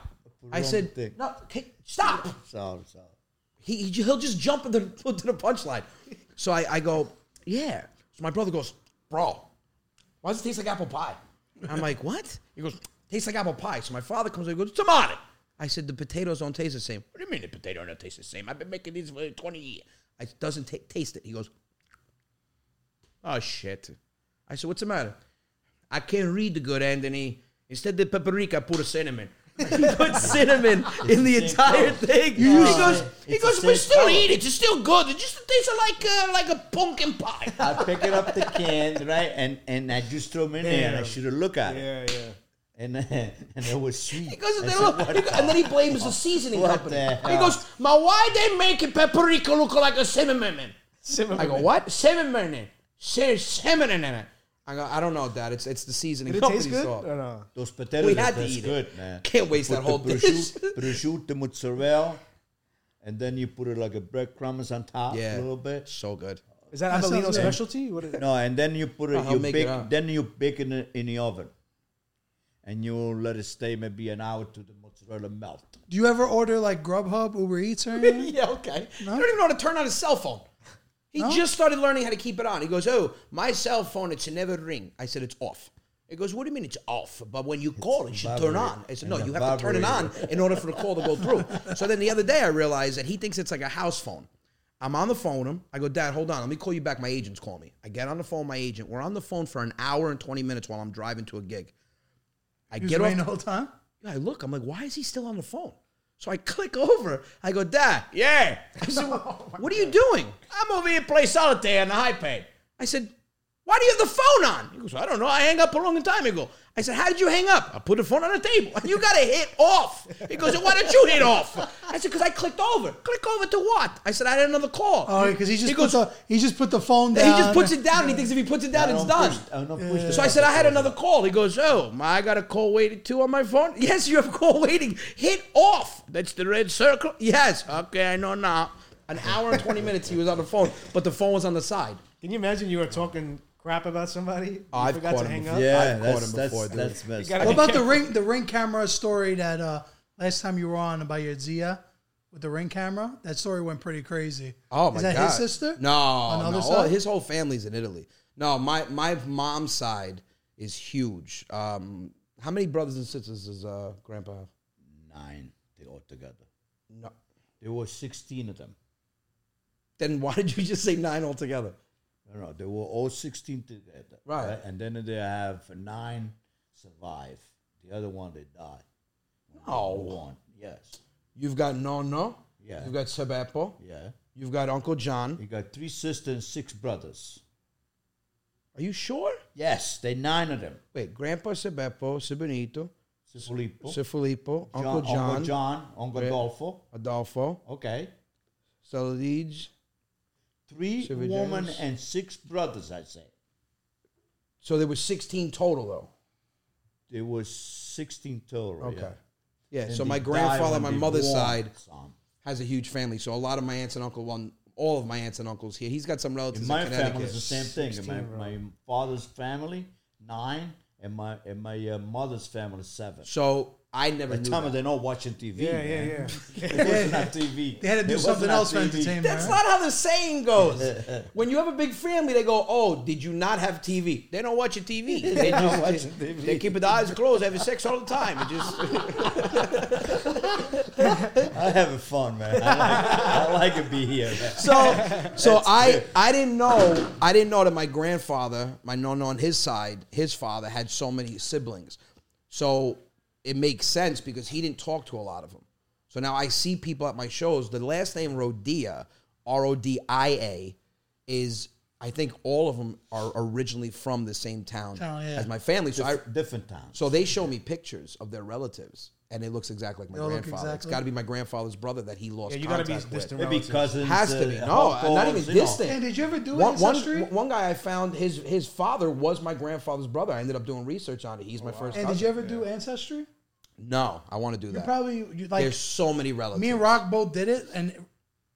I said, thing. "No, okay, stop." So, so. He, he he'll just jump to the to the punchline. So I, I go, yeah. So my brother goes, bro, why does it taste like apple pie? I'm like, what? He goes, tastes like apple pie. So my father comes over and goes, it's a modern. I said, the potatoes don't taste the same. What do you mean the potato don't taste the same? I've been making these for 20 years. I doesn't ta taste it. He goes, oh shit. I said, what's the matter? I can't read the good, Anthony. Instead of paprika, I put a cinnamon. he put cinnamon in the the same entire color. thing. he use- goes, It's he the goes, same we still color." eat it. It's still good. It just tastes like uh, like a pumpkin pie. I pick it up the can, right, and and I just throw them in there, and I Damn. should have looked at it, Yeah, yeah. and and it was sweet. He goes, I and, they said, look, "What he go- and then he blames the seasoning What company. the he hell? goes, "Ma, why they make it paprika look like a cinnamon?" I go, "What? Cinnamon? Ci- Cinnamon?" I go, "I don't know, Dad. It's it's the seasoning Did it company's taste good? fault." Or no? Those potatoes We are had to just eat it. good, man. Can't waste put that whole the dish. prosciut- prosciutto, mozzarella, and then you put it like a breadcrumbs on top Yeah. a little bit. So good. Is that That sounds Avelino good. specialty? What is it? No, and then you put it. I'll you make bake. it up. then you bake it in, in the oven, and you let it stay maybe an hour to the mozzarella melt. Do you ever order like Grubhub, Uber Eats, or anything? Yeah, okay. You don't even know how to turn on his cell phone. He just started learning how to keep it on. He goes, "Oh, my cell phone, it should never ring." I said, "It's off." He goes, "What do you mean it's off? But when you call, it should turn vibrate. on." I said, "No, And you the have to turn it on vibrator. in order for the call to go through." so then the other day, I realized that he thinks it's like a house phone. I'm on the phone with him. I go, Dad, hold on. Let me call you back. My agent's calling me. I get on the phone. with My agent. We're on the phone for an hour and 20 minutes while I'm driving to a gig. I You get get off the whole time. I look, I'm like, why is he still on the phone? So I click over. I go, Dad, yeah. I said, what are you doing? I'm over here play solitaire on the high pay. I said, why do you have the phone on? He He goes, I don't know. I hang up a long time ago. go, I said, how did you hang up? I put the phone on the table. You got to hit off. He goes, why don't you hit off? I said, because I clicked over. Click over to what? I said, I had another call. Oh, because he just He he, goes- puts the, he just put the phone he down. just puts it down and he thinks if he puts it down, I it's don't done. push- I don't push the So I said, I had button. another call. He goes, Oh, my, I got a call waiting too on my phone. Yes, you have a call waiting. Hit off. That's the red circle. Yes. Okay, I know now. An hour and 20 minutes he was on the phone, but the phone was on the side. Can you imagine you were talking crap about somebody? You I've forgot caught to him hang before. up. Yeah, I've caught that's him that's before, dude. that's messed. gotta up. What about the ring the ring camera story that uh, last time you were on about your Zia with the ring camera? That story went pretty crazy. Oh my Is that God. his sister? No, On the other no. side? His whole family's in Italy. No, my my mom's side is huge. Um, how many brothers and sisters does uh, grandpa have? Nine, they all together. No. There were sixteen of them. Then why did you just say nine altogether? No, no, they were all 16 together. Right. And then they have nine survive. The other one, they died. No. One. Yes. You've got Nonno. Yeah. You've got Sebappo. Yeah. You've got Uncle John. You got three sisters and six brothers. Are you sure? Yes, they nine of them. Wait, Grandpa Sebeppo, Sebonito, Filippo, Sefilippo, Uncle John, Oh. Uncle John, Uncle Yeah. Adolfo. Adolfo, Okay. Salige, Three Silver women James. and six brothers, I say. So there was 16 total, though. There was 16 total. Okay. Oh, Yeah. Yeah, And so they my died grandfather, when my they mother's born, side, son. has a huge family. So a lot of my aunts and uncle, one, all of my aunts and uncles here. He's got some relatives In in, my Connecticut. family, it's the same thing. In my, my father's family, nine, and my and my uh, mother's family seven. So I never By the knew. time that. they're not watching TV. Yeah, yeah, man. yeah. It wasn't on TV. They had to It do wasn't something on else for TV. entertainment. That's right? not how the saying goes. when you have a big family, they go, "Oh, did you not have TV?" They don't watch your TV. They, They're just- not watching TV. they keep their eyes closed, having sex all the time. It just I'm having fun, man. I like, I like to be here. Man. so so I I didn't know I didn't know that my grandfather, my nonna on his side, his father had so many siblings. So it makes sense because he didn't talk to a lot of them. So now I see people at my shows. The last name Rodia, R O D I A, is I think all of them are originally from the same town Town, Oh, yeah. as my family. So I, Different times. so they show me pictures of their relatives, and it looks exactly like my They all look grandfather. It's exactly- got to be my grandfather's brother that he lost. Yeah, you got gotta to be distant Maybe relatives. cousins. Has to uh, be no, not even uncles, you know. distant. Hey, did you ever do one, one- ancestry? one guy I found his his father was my grandfather's brother. I ended up doing research on it. He's my first. Oh, And cousin. did you ever do ancestry? No, I want to do that. Probably you like There's so many relatives. me and Rock both did it, and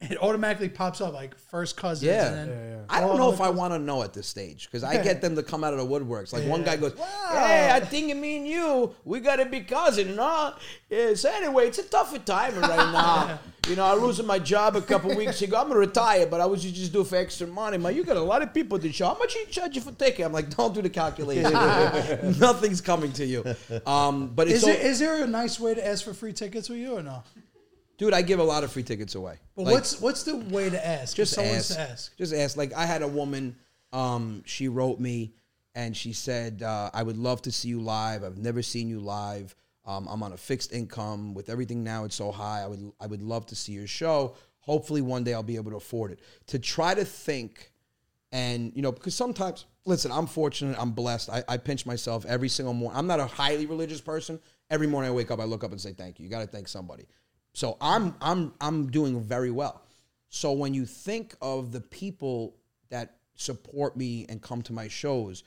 it automatically pops up like first cousins. Yeah. and then, I Oh, don't know if I want to know at this stage because I get them to come out of the woodworks. Like one guy goes, "Hey, I think me and you, we gotta be cousins, no?" Yeah, so anyway, it's a tougher time right now. you know, I losing my job a couple weeks ago. I'm gonna retire, but I was just do it for extra money. Man, you got a lot of people to show. How much you charge you for ticket? I'm like, don't do the calculation. Nothing's coming to you. Um, but it's Is all- there is there a nice way to ask for free tickets with you or no? dude, I give a lot of free tickets away. But Like- what's what's the way to ask? If just someone ask, wants to ask. Just ask. Like I had a woman, um, she wrote me and she said, uh, "I would love to see you live. I've never seen you live. Um, I'm on a fixed income. With everything now, it's so high. I would I would love to see your show. Hopefully, one day I'll be able to afford it. To try to think." And you know, because sometimes, listen, I'm fortunate, I'm blessed. I, I pinch myself every single morning. I'm not a highly religious person. Every morning I wake up, I look up and say thank you. You got to thank somebody. So I'm I'm I'm doing very well. So when you think of the people that support me and come to my shows,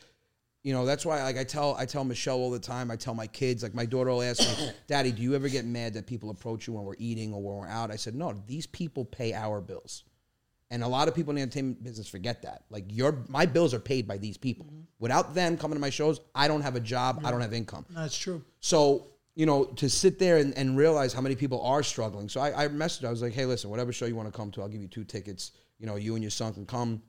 you know that's why like I tell I tell Michelle all the time. I tell my kids like my daughter will ask me, "Daddy, do you ever get mad that people approach you when we're eating or when we're out?" I said, "No, these people pay our bills." And a lot of people in the entertainment business forget that. Like your my bills are paid by these people. Without them coming to my shows, I don't have a job, I don't have income. That's true. So, you know, to sit there and, and realize how many people are struggling. So I, I messaged, her. I was like, hey, listen, whatever show you want to come to, I'll give you two tickets. You know, you and your son can come.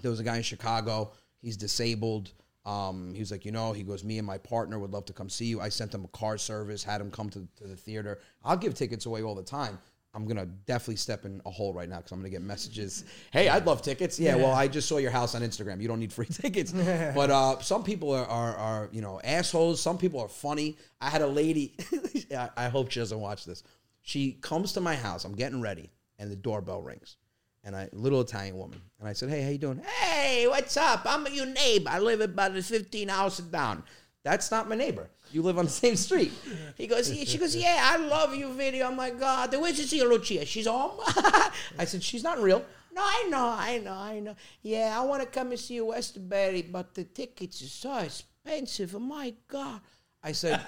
There was a guy in Chicago, he's disabled. Um, he was like, you know, he goes, me and my partner would love to come see you. I sent him a car service, had him come to, to the theater. I'll give tickets away all the time. I'm gonna definitely step in a hole right now because I'm gonna get messages. Hey, I'd love tickets. Yeah, well, I just saw your house on Instagram. You don't need free tickets. but uh, some people are, are are you know assholes. Some people are funny. I had a lady. I- I hope she doesn't watch this. She comes to my house. I'm getting ready, and the doorbell rings. And I, little Italian woman, and I said, "Hey, how you doing? Hey, what's up? I'm your neighbor. I live about 15 houses down. That's not my neighbor. You live on the same street." He goes, yeah. "She goes, yeah, I love your video. I'm like, God, the way you see Lucia, she's home." I said, "She's not real." No, I know, I know, I know. Yeah, I want to come and see you, Westbury, but the tickets are so expensive. Oh my God! I said,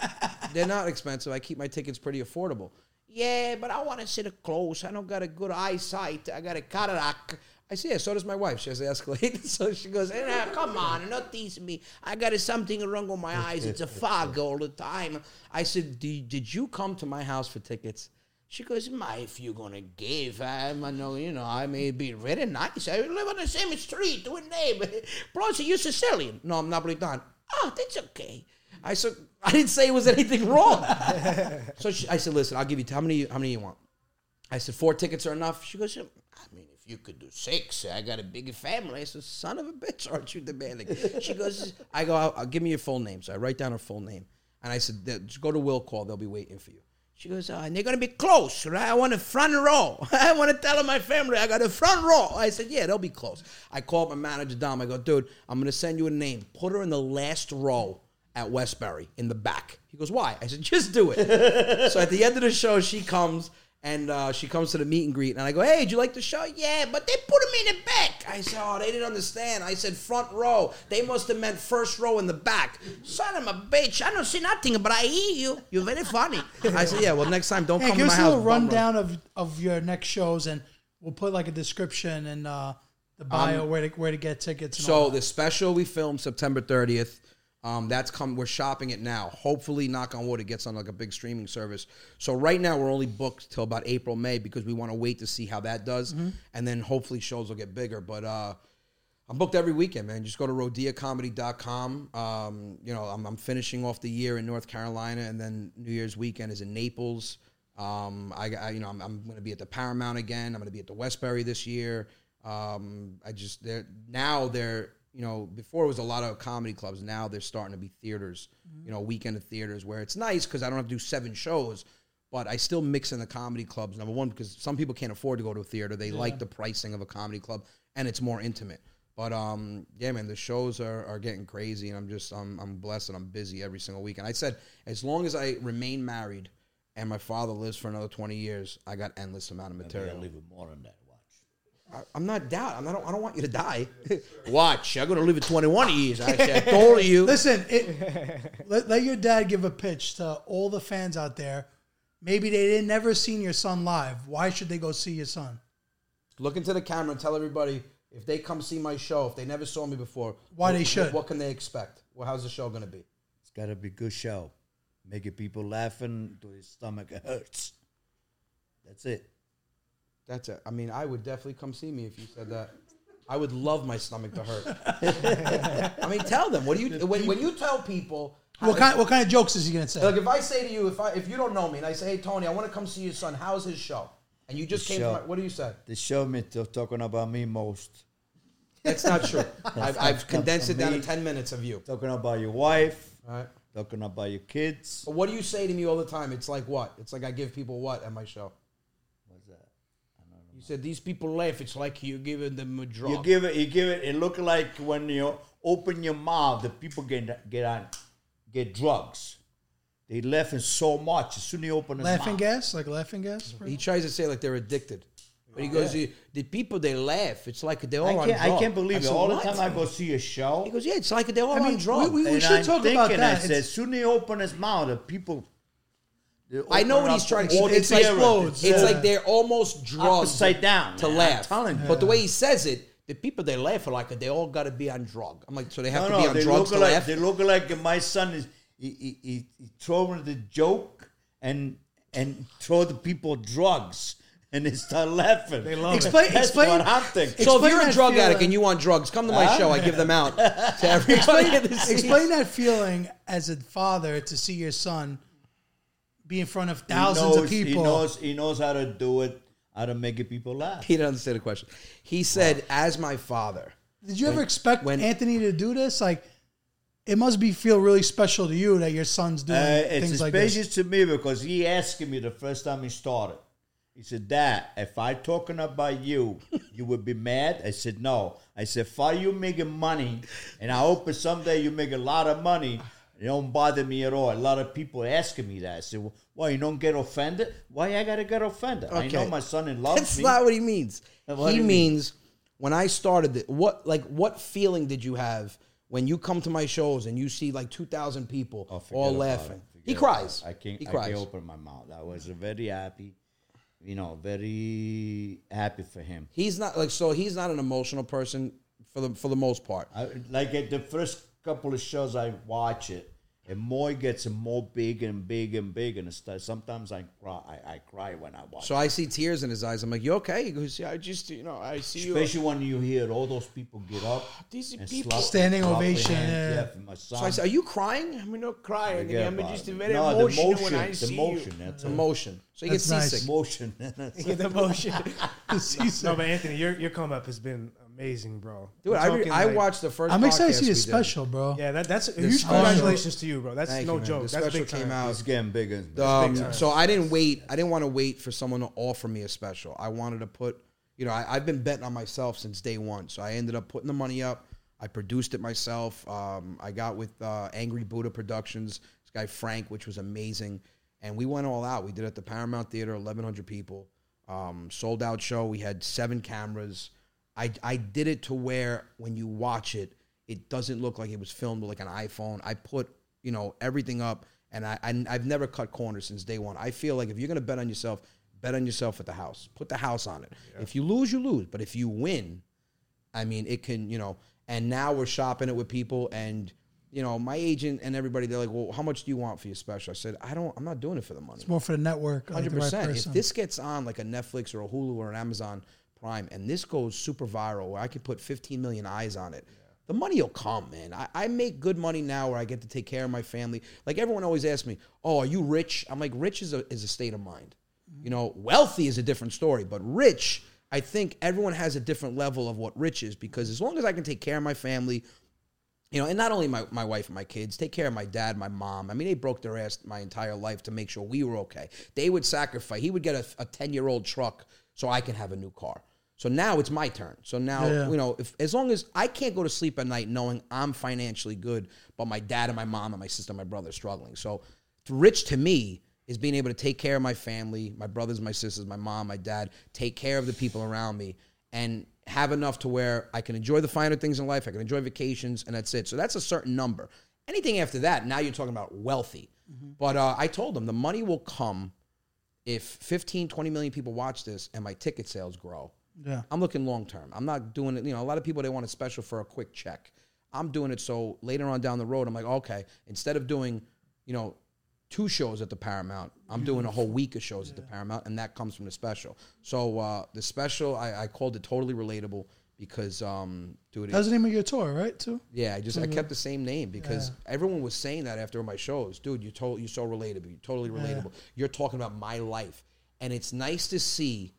they're not expensive. I keep my tickets pretty affordable. Yeah, but I want to sit up close. I don't got a good eyesight. I got a cataract. I said, yeah, so does my wife. She has escalated. So she goes, eh, nah, come on, not tease me. I got a something wrong with my eyes. It's a fog all the time. I said, D- did you come to my house for tickets? She goes, my, if you're going to give, I know, you know, I may be very nice. I live on the same street with neighbor. Plus, you're Sicilian. No, I'm Napolitan. Oh, that's okay. I said, I didn't say it was anything wrong. so she, I said, listen, I'll give you, how many, how many you want? I said, four tickets are enough. She goes, I mean, if you could do six, I got a bigger family. I said, son of a bitch, aren't you demanding? she goes, I go, "I'll- I'll give me your full name. So I write down her full name. And I said, "Th- just go to will call. They'll be waiting for you. She goes, oh, and they're going to be close, right? I want a front row. I want to tell my family I got a front row. I said, yeah, they'll be close. I called my manager, Dom. I go, dude, I'm going to send you a name. Put her in the last row at Westbury in the back. He goes, why? I said, just do it so at the end of the show, she comes and uh, she comes to the meet and greet, and I go, "Hey, did you like the show? Yeah, but they put him in the back." I said, "Oh, they didn't understand." I said, "Front row." They must have meant first row in the back. Son of a bitch, I don't see nothing, but I hear you. You're very funny. I said, "Yeah, well, next time don't Hey, come to give my us a house." little bum roast." rundown of, of your next shows, and we'll put like a description and uh, the bio where to where to get tickets. And all Um, So that. the special we filmed September 30th. Um, that's come. We're shopping it now. Hopefully, knock on wood, it gets on like a big streaming service. So right now, we're only booked till about April, May because we want to wait to see how that does, Mm-hmm. and then hopefully shows will get bigger. But uh, I'm booked every weekend, man. Just go to rodeacomedy.com. Um, you know, I'm, I'm finishing off the year in North Carolina, and then New Year's weekend is in Naples. Um, I, I- you know, I'm, I'm going to be at the Paramount again. I'm going to be at the Westbury this year. Um, I just they're now they're you know before it was a lot of comedy clubs. Now they're starting to be theaters. You know, weekend of theaters where it's nice because I don't have to do seven shows, but I still mix in the comedy clubs. Number one, because some people can't afford to go to a theater. They like the pricing of a comedy club, and it's more intimate. But um, yeah, man, the shows are, are getting crazy, and I'm just I'm, I'm blessed and I'm busy every single week. And I said, as long as I remain married and my father lives for another 20 years, I got endless amount of Maybe I'll material. leave it more on that. Watch. I, I'm not doubt. I'm not, I don't want you to die. Watch, I'm gonna live at 21 years. I, said, I told you. Listen, it, let, let your dad give a pitch to all the fans out there. Maybe they didn't never seen your son live. Why should they go see your son? Look into the camera and tell everybody if they come see my show, if they never saw me before, Why they what- should. What can they expect? Well, how's the show gonna be? It's gotta be good show, making people laughing till his stomach hurts. That's it. That's it. I mean, I would definitely come see me if you said that. I would love my stomach to hurt. I mean, tell them. What do you when, when you tell people? how- What kind what kind of jokes is he gonna say? Like if I say to you, if I if you don't know me, and I say, "Hey, Tony, I want to come see your son. How's his show?" And you just His came. From show. my, what do you say? They show me to talking about me most, That's not true. I've, I've condensed it down to Me. ten minutes of you. talking about your wife, All right. talking about your kids. But what do you say to me all the time? It's like what? It's like I give people what at my show. What's that? You said these people laugh. It's like you're giving them a drug. You give it. You give it. It look like when you open your mouth, the people get get on, get drugs. They laughing so much as soon as you open his Laughing mouth. gas? Like laughing gas? he tries to say like they're addicted. But he goes, "You- the people they laugh. It's like they're all Oh, I on can't. I drugs." can't believe it. said, All the "What?" time I go see a show. He goes, yeah, it's like they're all I mean, on drugs. we- we- and should I'm talk thinking, about I that. said, It's- as soon as he open his mouth, the people. they I know open what he's up trying to all say. It's like, together. explodes. it's Yeah. like they're almost drugged Upside down, to man. I'm laugh. telling you. But the way he says it, the people they laugh are like they all got to be on drug. I'm like, so they have No, to be no, on they drugs look to like laugh. they look like my son is he he, he, he throwing the joke and and throw the people drugs and they start laughing. They love it. Explain- That's explain- what I'm thinking. so if explain you're a that drug addict feeling. and you want drugs, come to my show. I give them out to everybody. at the scene. Explain that feeling as a father to see your son be in front of thousands he knows, of people. He knows he knows how to do it, how to make people laugh. He didn't understand the question. He said, as my father. Did you ever expect when- Anthony to do this? Like, it must be feel really special to you that your son's doing Uh, it's things like this. suspicious to me because he asked me the first time he started. He said, "Dad, if I talking about you, you would be mad." I said, "No." I said, "If I you making money, and I hope that someday you make a lot of money." It don't bother me at all. A lot of people asking me that. I said, well, "Why you don't get offended? Why I gotta get offended? I know Okay. my son in love That's me." not what he means. And what he do you mean? means when I started it. What like what feeling did you have when you come to my shows and you see like two thousand people Oh, forget all about laughing? it. Forget He about cries. it. I can't. He I cries. can't open my mouth. I was very happy, you know, very happy for him. He's not like so. He's not an emotional person for the for the most part. I, like at the first couple of shows I watch it, and more it gets more big and big and big, and it starts, sometimes I cry. I, I cry when I watch. So I see tears in his eyes. I'm like, you okay? He goes, yeah, I just you know I it. see you. Ah, Especially when you hear all those people get up, These and people- slap- Standing slap their ovation, hands. yeah. Yeah, for my son. So I say, are you crying? I'm not crying. Crying. Forget I'm about just it. very no, emotional the when motion, I the see you. motion, That's It's emotion. So he gets That's nice. seasick. emotion. That's Get the motion. He's- no, but Anthony, your your come up has been amazing, bro. Dude, We're I, re- talking, I like- watched the first. I'm excited to podcast see we his did. special, bro. Yeah, that, that's a huge special- congratulations to you, bro. That's Thank no you, man. joke. The that's special big time. came out. it's getting bigger. and bigger. Um, so I didn't wait. I didn't want to wait for someone to offer me a special. I wanted to put, you know, I, I've been betting on myself since day one. So I ended up putting the money up. I produced it myself. Um, I got with uh, Angry Buddha Productions, this guy Frank, which was amazing. And we went all out. We did it at the Paramount Theater, 1,100 people, um, sold out show. We had seven cameras. I, I did it to where when you watch it, it doesn't look like it was filmed with like an iPhone. I put, you know, everything up and I, I I've never cut corners since day one. I feel like if you're gonna bet on yourself, bet on yourself at the house. Put the house on it. If you lose, you lose. But if you win, I mean, it can, you know, and now we're shopping it with people and you know, my agent and everybody, they're like, well, how much do you want for your special? I said, I don't, I'm not doing it for the money. More for the network. like Hundred the right percent. If person. this gets on like a Netflix or a Hulu or an Amazon Prime, and this goes super viral, where I could put 15 million eyes on it, the money will come, man. I, I make good money now, where I get to take care of my family. Like everyone always asks me, "Oh, are you rich?" I'm like, "Rich is a is a state of mind. You know, wealthy is a different story, but rich." I think everyone has a different level of what rich is because as long as I can take care of my family, you know, and not only my, my wife and my kids, take care of my dad, my mom. I mean, they broke their ass my entire life to make sure we were okay. They would sacrifice. He would get a 10 year old truck so I can have a new car. So now it's my turn. So now, Yeah. you know, if, as long as I can't go to sleep at night knowing I'm financially good, but my dad and my mom and my sister and my brother are struggling. So rich to me is being able to take care of my family, my brothers, my sisters, my mom, my dad, take care of the people around me, and have enough to where I can enjoy the finer things in life, I can enjoy vacations, and that's it. So that's a certain number. Anything after that, now you're talking about wealthy. But uh, I told them the money will come if 15, 20 million people watch this and my ticket sales grow. Yeah. I'm looking long term. I'm not doing it. You know, a lot of people they want a special for a quick check. I'm doing it so later on down the road, I'm like, okay, instead of doing, you know, two shows at the Paramount, I'm doing a whole week of shows at the Paramount, and that comes from the special. So uh, the special, I, I called it totally relatable because, um, dude, it- That was the name of your tour, right? Too. yeah, I just I kept the same name because everyone was saying that after my shows, dude. You told you're so relatable. You're totally relatable. You're talking about my life, and it's nice to see.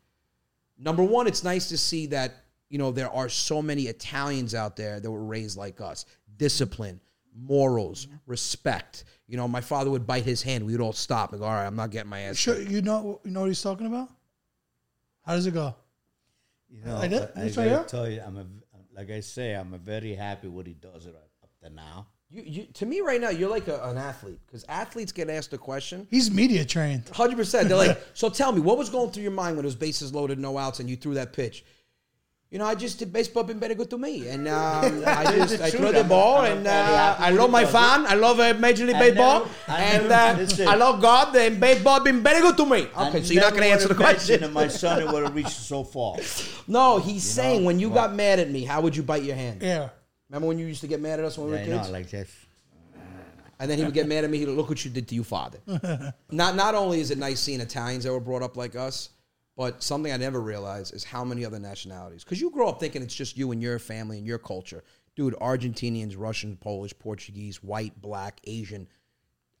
Number one, it's nice to see that you know there are so many Italians out there that were raised like us. Discipline, morals, respect. You know, my father would bite his hand. We would all stop and go, "All right, I'm not getting my ass." kicked." Sure. You know. You know what he's talking about. How does it go? You know, Like that? I, I This right gotta here? tell you, I'm a, like I say, I'm a very happy what he does right up to now. You, you, to me, right now, you're like a, an athlete because athletes get asked a question. He's media trained. Hundred percent. They're like, so tell me, what was going through your mind when those bases loaded, no outs, and you threw that pitch? You know, I just did baseball been better good to me, and um, I just I true. throw the I'm a- ball, I'm a and very uh, happy I love my with it. fan, I love uh, Major League I Baseball, never- I and never- uh, listen. I love God, and baseball been very good to me. I Okay, so you're not never gonna answer the would've imagined question. that my son would have reached so far. No, he's saying when you well- got mad at me, how would you bite your hand? Yeah. Remember when you used to get mad at us when we Yeah, were you kids? know, like that. And then he would get mad at me. He'd look what you did to your father. not not only is it nice seeing Italians that were brought up like us, but something I never realized is how many other nationalities. Because you grow up thinking it's just you and your family and your culture, dude. Argentinians, Russian, Polish, Portuguese, white, black, Asian.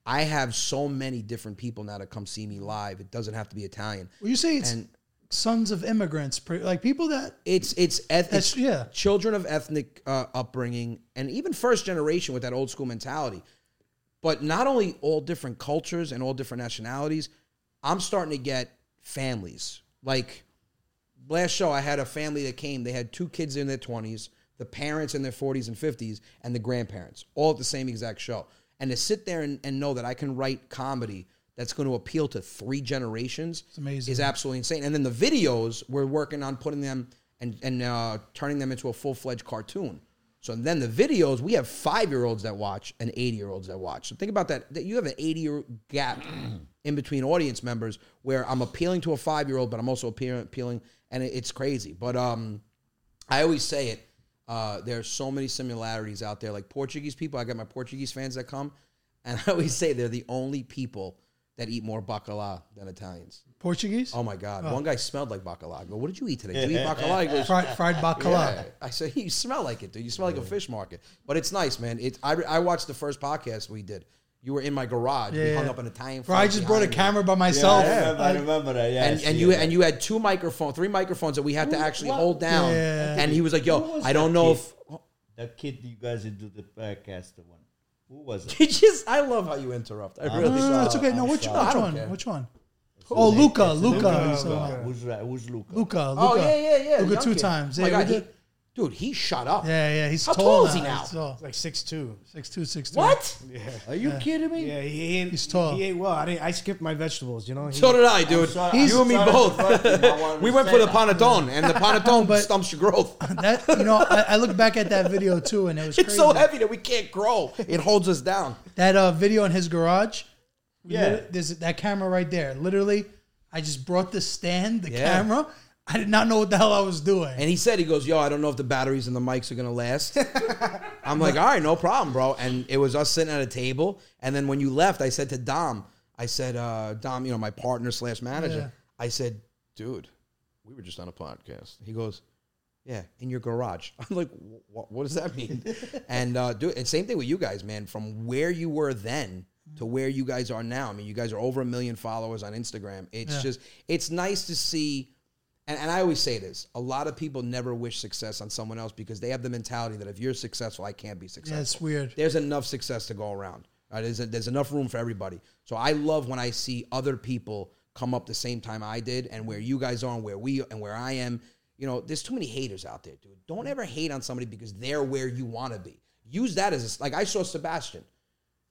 I have so many different people now that come see me live. It doesn't have to be Italian. Well, you say it's And- sons of immigrants, pre- like people that It's it's eth- That's- it's yeah. children of ethnic uh, upbringing and even first generation with that old school mentality. But not only all different cultures and all different nationalities, I'm starting to get families. Like last show, I had a family that came. They had two kids in their 20s, the parents in their 40s and 50s, and the grandparents, all at the same exact show. And to sit there and, and know that I can write comedy that's going to appeal to three generations amazing. is absolutely insane. And then the videos, we're working on putting them and, and uh, turning them into a full fledged cartoon. So then the videos, we have five year olds that watch and 80 year olds that watch. So think about that. that you have an 80 year gap in between audience members where I'm appealing to a five year old, but I'm also appealing, appealing and it- it's crazy. But um, I always say it. Uh, there are so many similarities out there. Like Portuguese people, I got my Portuguese fans that come, and I always say they're the only people that eat more bacalhau than Italians. Portuguese Oh my God. One guy smelled like bacalhau. I go, what did you eat today? Did you eat bacalhau? He goes, fried, fried bacalhau. yeah. I said, you smell like it, dude. You smell like a fish market. But it's nice, man. It's, I, I watched the first podcast we did. You were in my garage. we Yeah, hung yeah. up an Italian Bro, I flag just brought a behind me. camera by Yeah, myself. I, remember, I Like, remember that. Yeah, I uh, And, see and you it. and you had two microphones, three microphones that we had to actually what? hold down. Yeah. And he was like, Who "Yo, was I that don't know kid? if that kid you guys did do the podcast the one. Who was it? You just, I love how you interrupt. I no, really no, no, it's okay. No, I'm which, which sorry. I don't one? care. Which one? Oh, Luca, Luca, Luca. so, uh, Who's that? Who's Luca? Luca, Luca. Oh yeah, yeah, yeah. Luca young two kid. times. Oh my yeah, we God, he- did- dude, he shut up. yeah, yeah. He's How tall tall is he now? He's tall. Like six two. Six two, six three. What? Are you kidding me? Yeah, he ate, He's tall. He ate well. I, didn't, I skipped my vegetables. You know. He, So did I, dude. He's- you and me I'm sorry both. to interrupt you, but I wanted we to went say for the that. panettone, and the panettone But- stumps your growth. That you know, I, I look back at that video too, and it was It's crazy. so heavy that we can't grow. It holds us down. That uh, video in his garage. Yeah. There's that camera right there. Literally, I just brought the stand, the Yeah. camera. I did not know what the hell I was doing. And he said, he goes, yo, I don't know if the batteries and the mics are going to last. I'm like, all right, no problem, bro. And it was us sitting at a table. And then when you left, I said to Dom, I said, uh, Dom, you know, my partner slash manager, Yeah. I said, dude, we were just on a podcast. He goes, yeah, in your garage. I'm like, what, what does that mean? and uh, dude, and same thing with you guys, man. From where you were then to where you guys are now. I mean, you guys are over a million followers on Instagram. It's Yeah. just, it's nice to see. And, and I always say this: a lot of people never wish success on someone else because they have the mentality that if you're successful, I can't be successful. yeah, it's weird. There's enough success to go around. All right, There's, there's enough room for everybody. So I love when I see other people come up the same time I did, and where you guys are, and where we, and where I am. You know, there's too many haters out there, dude. Don't ever hate on somebody because they're where you want to be. Use that as a, like I saw Sebastian.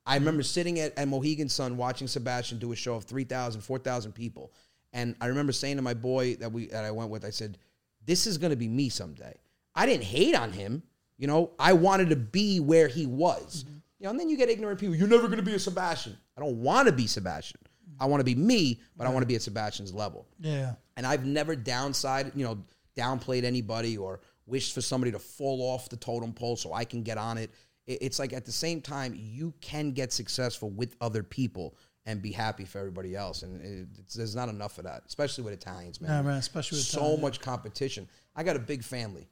I remember sitting at, at Mohegan Sun watching Sebastian do a show of 3,000, 4,000 people. And I remember saying to my boy that we that I went with, I said, this is going to be me someday. I didn't hate on him. You know, I wanted to be where he was. You know, and then you get ignorant people. You're never going to be a Sebastian. I don't want to be Sebastian. I want to be me, but I want to be at Sebastian's level Yeah. and I've never downside, you know, downplayed anybody or wished for somebody to fall off the totem pole so I can get on it. It- It's like at the same time, you can get successful with other people and be happy for everybody else, and it, it's, there's not enough of that, especially with Italians, man. Yeah, man, especially with so Italians. much competition. I got a big family.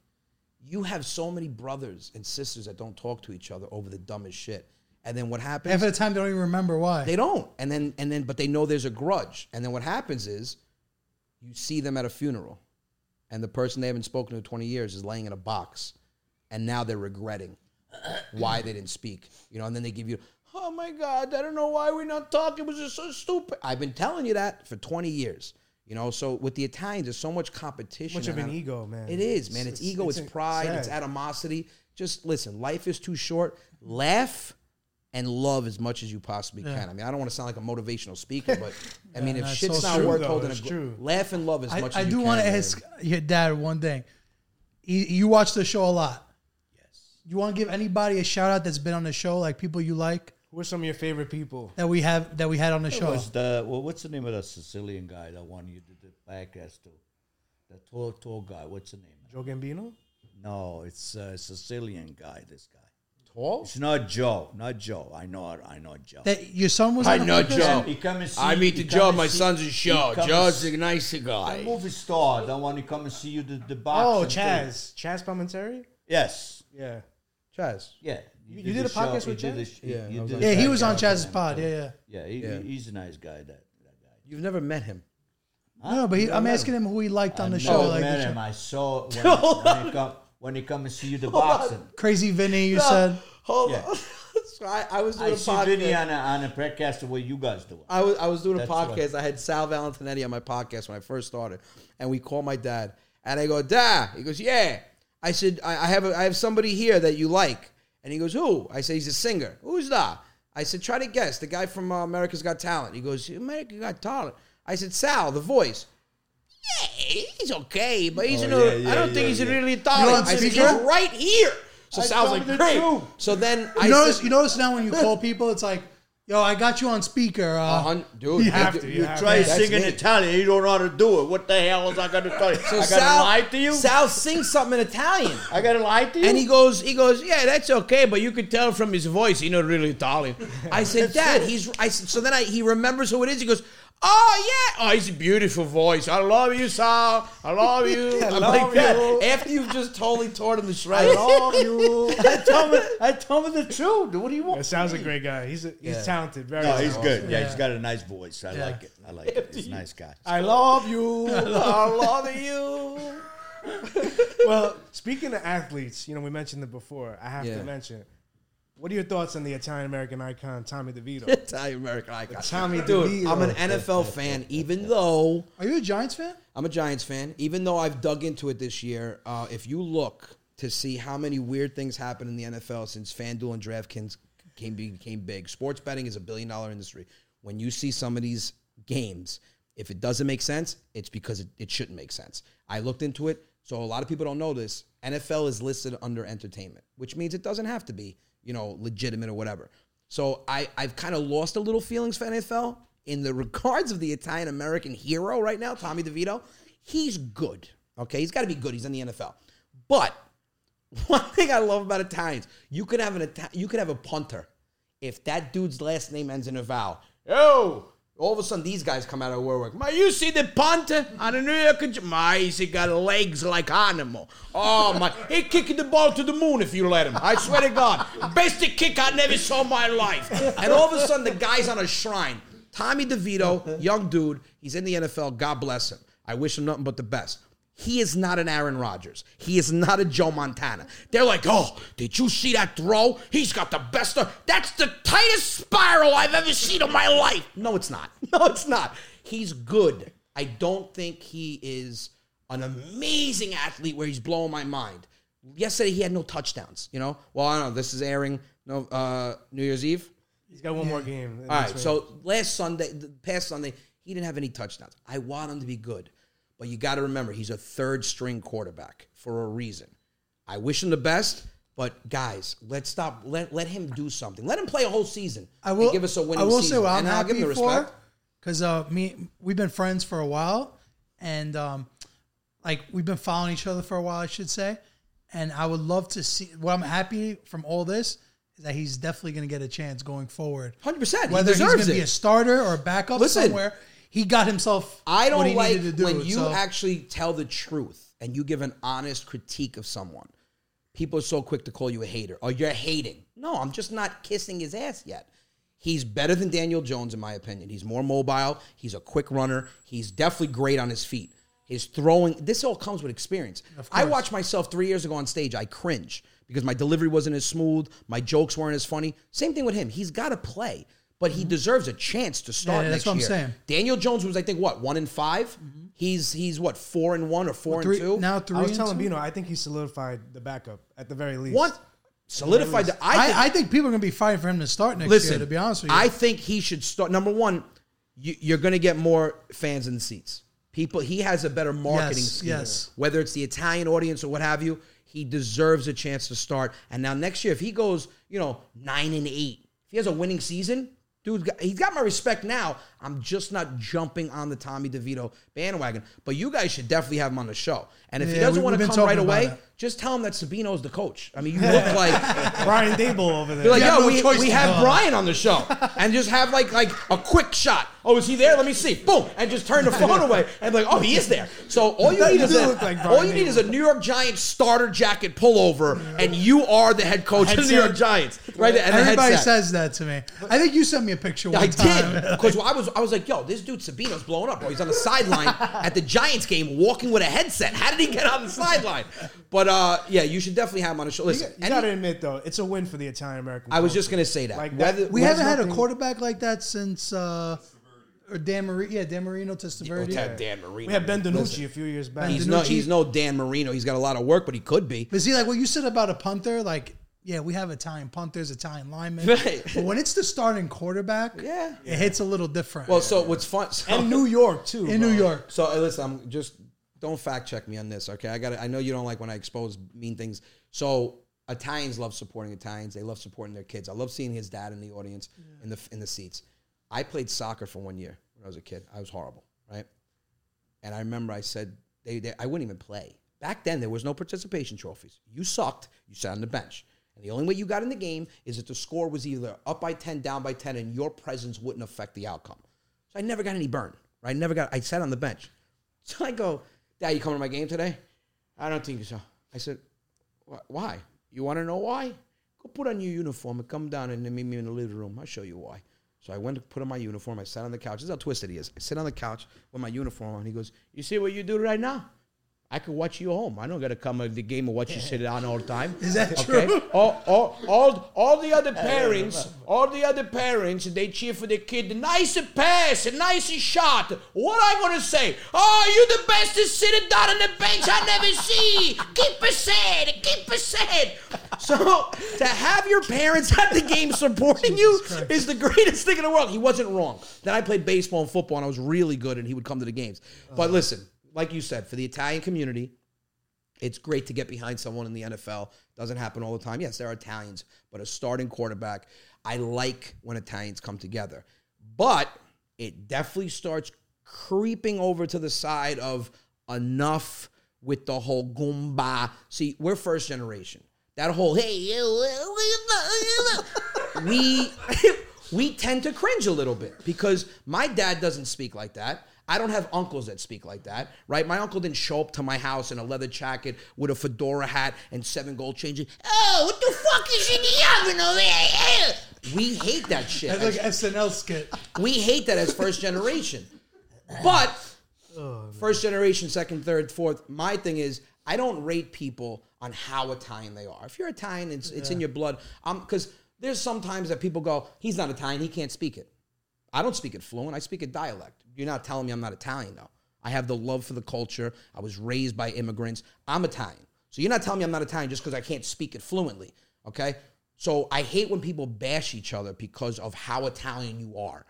You have so many brothers and sisters that don't talk to each other over the dumbest shit, and then what happens? Half of the time, they don't even remember why. They don't. And then and then but they know there's a grudge. And then what happens is you see them at a funeral and the person they haven't spoken to in 20 years is laying in a box and now they're regretting why they didn't speak. You know, and then they give you, "Oh my god, I don't know why we're not talking. It was just so stupid." I've been telling you that for 20 years. You know, so with the Italians, there's so much competition. Much of and an I- ego, man. It is, man. It's, ego, it's, pride, it's sad. animosity. Just listen, life is too short. Laugh and love as much as you possibly can. I mean, I don't want to sound like a motivational speaker, but I mean, if no, it's shit's so not true, worth though. holding, a It's gr- true. laugh and love as I, much I as do you can. want to man. ask your dad one thing. You, you watch the show a lot. Yes. You want to give anybody a shout out that's been on the show, like people you like Who are some of your favorite people? that we have that we had on the show. was the well, what's the name of that Sicilian guy that one you did the podcast to? The tall, tall guy. What's the name? Joe Gambino? No, it's uh, Sicilian guy. This guy. Tall? It's not Joe. Not Joe. I know. I know Joe. That your son was. I on the know podcast? Joe. He come and see, I meet he the come Joe. and My see- son's a he show. come and Joe's see- a nice the guy. movie star. That one he come and see you the the box. Oh, Chaz. Chaz Palminteri? Yes. Yeah. Chaz. Yeah. You did a podcast with you did Chaz? the sh- you- Yeah, you I was did on the Yeah, he podcast was on with Chaz's him. pod. Yeah, yeah. Yeah, he, Yeah. he's a nice guy. That, that guy. You've never met him. No, but he, I'm asking him who he liked on the show. never Like met the show. him. I saw when, when, he come, when he come and see you the boxing. Crazy Vinny, you said. Hold Yeah. on. so I, I was doing a I see podcast. Vinny on a, on a podcast the way you guys do it. I was I was doing a That's podcast. I had Sal Valentinetti on my podcast when I first started, and we called my dad, and I go, "Dad," he goes, "Yeah." I said, "I, I have a, I have somebody here that you like," and he goes, "Who?" I say, "He's a singer." Who's that? I said, "Try to guess." The guy from uh, America's Got Talent. He goes, "America Got Talent." I said, "Sal, the voice." Yeah, he's okay, but he's in a, yeah, yeah, I don't yeah, think he's yeah. really You Italian. on I said, he's speaker? right here. So I Sal's told like, him the great. truth. So then You I notice, said, you notice now when you call people, it's like, "Yo, I got you on speaker." "A Uh, hun- dude, You I have did- to, You Yeah, try that's singing me. Italian, you don't know how to do it. What the hell is I gonna tell you? I gotta lie to you. Sal sings something in Italian. I gotta lie to you. And he goes, he goes, yeah, that's okay, but But you could tell from his voice, he's not really Italian. I said, Dad, he's I said so then I he remembers who it is. He goes, Oh yeah. Oh, he's a beautiful voice. I love you, Sal. I love you. I love Like that. After you've just totally torn him to I shreds. love you. I told him, I told him the truth. What do you That want? sounds a great guy. He's a, he's talented. Very No, he's talented. good. Yeah, Yeah. he's got a nice voice. I like it. I like it. He's a nice guy. I love you. I love you. well, speaking of athletes, you know, we mentioned it before. I have Yeah. to mention. What are your thoughts on the Italian American icon Tommy DeVito? Italian American icon. Tommy Dude, DeVito. I'm an NFL fan, even though are you a Giants fan? I'm a Giants fan. Even though I've dug into it this year, uh, if you look to see how many weird things happen in the NFL since FanDuel and DraftKings came became big, sports betting is a billion dollar industry. When you see some of these games, if it doesn't make sense, it's because it, it shouldn't make sense. I looked into it, so a lot of people don't know this. NFL is listed under entertainment, which means it doesn't have to be, you know, legitimate or whatever. So I, I've kind of lost a little feelings for NFL in the regards of the Italian American hero right now, Tommy DeVito. he's good. Okay, he's got to be good. He's in the NFL. But one thing I love about Italians, you could have an Ita- you could have a punter. If that dude's last name ends in a vowel, yo, all of a sudden these guys come out of Warwick. My, you see the punter on the New York? Gi- My, he got legs like animal. Oh my, he kicking the ball to the moon if you let him. I swear to God, best kick I never saw in my life. And all of a sudden the guy's on a shrine. Tommy DeVito, young dude, he's in the NFL. God bless him. I wish him nothing but the best. He is not an Aaron Rodgers. He is not a Joe Montana. They're like, oh, did you see that throw? He's got the best. Of- That's the tightest spiral I've ever seen in my life. No, it's not. No, it's not. He's good. I don't think he is an amazing athlete where he's blowing my mind. Yesterday he had no touchdowns. You know, well I don't know. This is airing no uh, New Year's Eve. He's got one more game. All right. So last Sunday, the past Sunday, he didn't have any touchdowns. I want him to be good, but you got to remember he's a third string quarterback for a reason. I wish him the best, but guys, let's stop. Let let him do something. Let him play a whole season. I will and give us a winning. I will season. say what I'm and I'll happy give him the for respect. because uh, me we've been friends for a while, and um, like we've been following each other for a while, I should say. And I would love to see. What I'm happy from all this is that he's definitely going to get a chance going forward. 100%. He Whether he's deserves going to be it. a starter or a backup Listen, somewhere, he got himself. I what don't he like needed to do, when you so- actually tell the truth and you give an honest critique of someone. People are so quick to call you a hater. Oh, you're hating. No, I'm just not kissing his ass yet. He's better than Daniel Jones, in my opinion. He's more mobile. He's a quick runner. He's definitely great on his feet. His throwing, this all comes with experience. I watched myself three years ago on stage. I cringe because my delivery wasn't as smooth. My jokes weren't as funny. Same thing with him. He's got to play, but he deserves a chance to start Mm-hmm. Yeah, next that's what I'm year. saying. Daniel Jones was, I think, what one and 5 He's he's what four and one or four Mm-hmm. three, and two. now three. I was and telling two? Bino, I think he solidified the backup at the very least. what solidified? The, I, I, think, I think people are going to be fighting for him to start next listen. year. To be honest with you, I think he should start. Number one, you, you're going to get more fans in the seats. People, he has a better marketing Yes, scheme. yes. Whether it's the Italian audience or what have you, he deserves a chance to start. And now next year, if he goes, you know, nine and eight, if he has a winning season. Dude, he's got my respect now. I'm just not jumping on the Tommy DeVito bandwagon, but you guys should definitely have him on the show. And if he Yeah, doesn't we- want we've to been come right talking about away, it. just tell him that Sabino's the coach. I mean, you look like Brian Dable over there. Be like, You have yo, no choice we, we to have go. Brian on the show, and just have like like a quick shot. Oh, is he there? Let me see. Boom, and just turn the phone away, and be like, oh, he is there. So all you need You is do a, look like Brian all you need is a New York Giants starter jacket pullover, and you are the head coach of the New Headset. York Giants, right? there, And everybody the headset. says that to me. I think you sent me a picture one I time. did because I was I was like, yo, this dude Sabino's blowing up. Bro. He's on the sideline at the Giants game, walking with a headset. How did he get on the sideline? But uh, yeah, you should definitely have him on the show. You, Listen, got- you any- gotta admit though, it's a win for the Italian American. I was just gonna say that. Like that- Whether, We Well, haven't there's had a nothing- quarterback like that since uh, or Dan Marino. Yeah, Dan Marino Oh, Testaverde. Ted Dan Marino. We had Ben DiNucci a few years back. He's DiNucci. no, he's no Dan Marino. He's got a lot of work, but he could be. But see, like what you said about a punter, like yeah, we have Italian punters, Italian linemen. Right. But when it's the starting quarterback, Yeah. it hits a little different. Well, so what's fun? So, and New York too. in New York, so uh, listen, I'm just don't fact check me on this, okay? I got. to I know you don't like when I expose mean things. So Italians love supporting Italians. They love supporting their kids. I love seeing his dad in the audience in the in the seats. I played soccer for one year when I was a kid. I was horrible, right? And I remember I said, they, they, I wouldn't even play. Back then, there was no participation trophies. You sucked, you sat on the bench. And the only way you got in the game is if the score was either up by 10, down by 10, and your presence wouldn't affect the outcome. So I never got any burn. Right? I never got, I sat on the bench. So I go, Dad, you coming to my game today? I don't think so. I said, "Wh- Why? You want to know why? Go put on your uniform and come down and then meet me in the living room. I'll show you why. So I went to put on my uniform. I sat on the couch. This is how twisted he is. I sit on the couch with my uniform on. He goes, You see what you do right now? I could watch you home. I don't gotta come at the game and watch you sit on all the time. Is that true? All, all, all, all the other parents, all the other parents, they cheer for the kid. Nice pass, nice shot. What I gonna say? Oh, you the best is sitting down on the bench. I never see. Keep it sad. Keep it sad. So to have your parents at the game supporting you is the greatest thing in the world. He wasn't wrong. Then I played baseball and football, and I was really good. And he would come to the games. But listen, like you said, for the Italian community, it's great to get behind someone in the NFL. Doesn't happen all the time. Yes, there are Italians, but a starting quarterback, I like when Italians come together. But it definitely starts creeping over to the side of enough with the whole Goomba. See, we're first generation. That whole hey, you, you know, you know," we we tend to cringe a little bit because my dad doesn't speak like that. I don't have uncles that speak like that, right? My uncle didn't show up to my house in a leather jacket with a fedora hat and seven gold chains. Oh, what the fuck is in the oven over there? We hate that shit. That's like SNL skit. We hate that as first generation. But first generation, second, third, fourth, my thing is I don't rate people on how Italian they are. If you're Italian, it's, it's in your blood. Because there's sometimes that people go, he's not Italian, he can't speak it. I don't speak it fluent, I speak it dialect. You're not telling me I'm not Italian, though. I have the love for the culture. I was raised by immigrants. I'm Italian. So you're not telling me I'm not Italian just because I can't speak it fluently, okay? So I hate when people bash each other because of how Italian you are.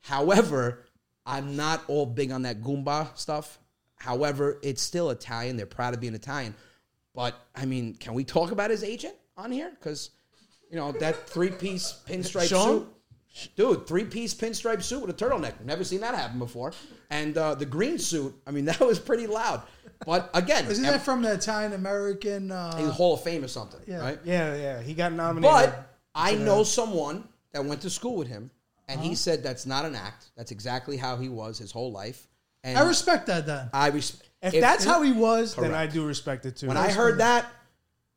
However, I'm not all big on that Goomba stuff. However, it's still Italian. They're proud of being Italian. But I mean, can we talk about his agent on here? Because you know that three-piece pinstripe suit, dude, three-piece pinstripe suit with a turtleneck. Never seen that happen before. And uh, the green suit. I mean, that was pretty loud. But again, Isn't that from the Italian American? a Uh, Hall of Fame or something, right? Yeah, yeah. He got nominated. But I know someone that went to school with him, and Uh-huh. he said that's not an act. That's exactly how he was his whole life. And I respect that. Then I res- if, that's how he was, then I Correct. do respect it too. When I heard that,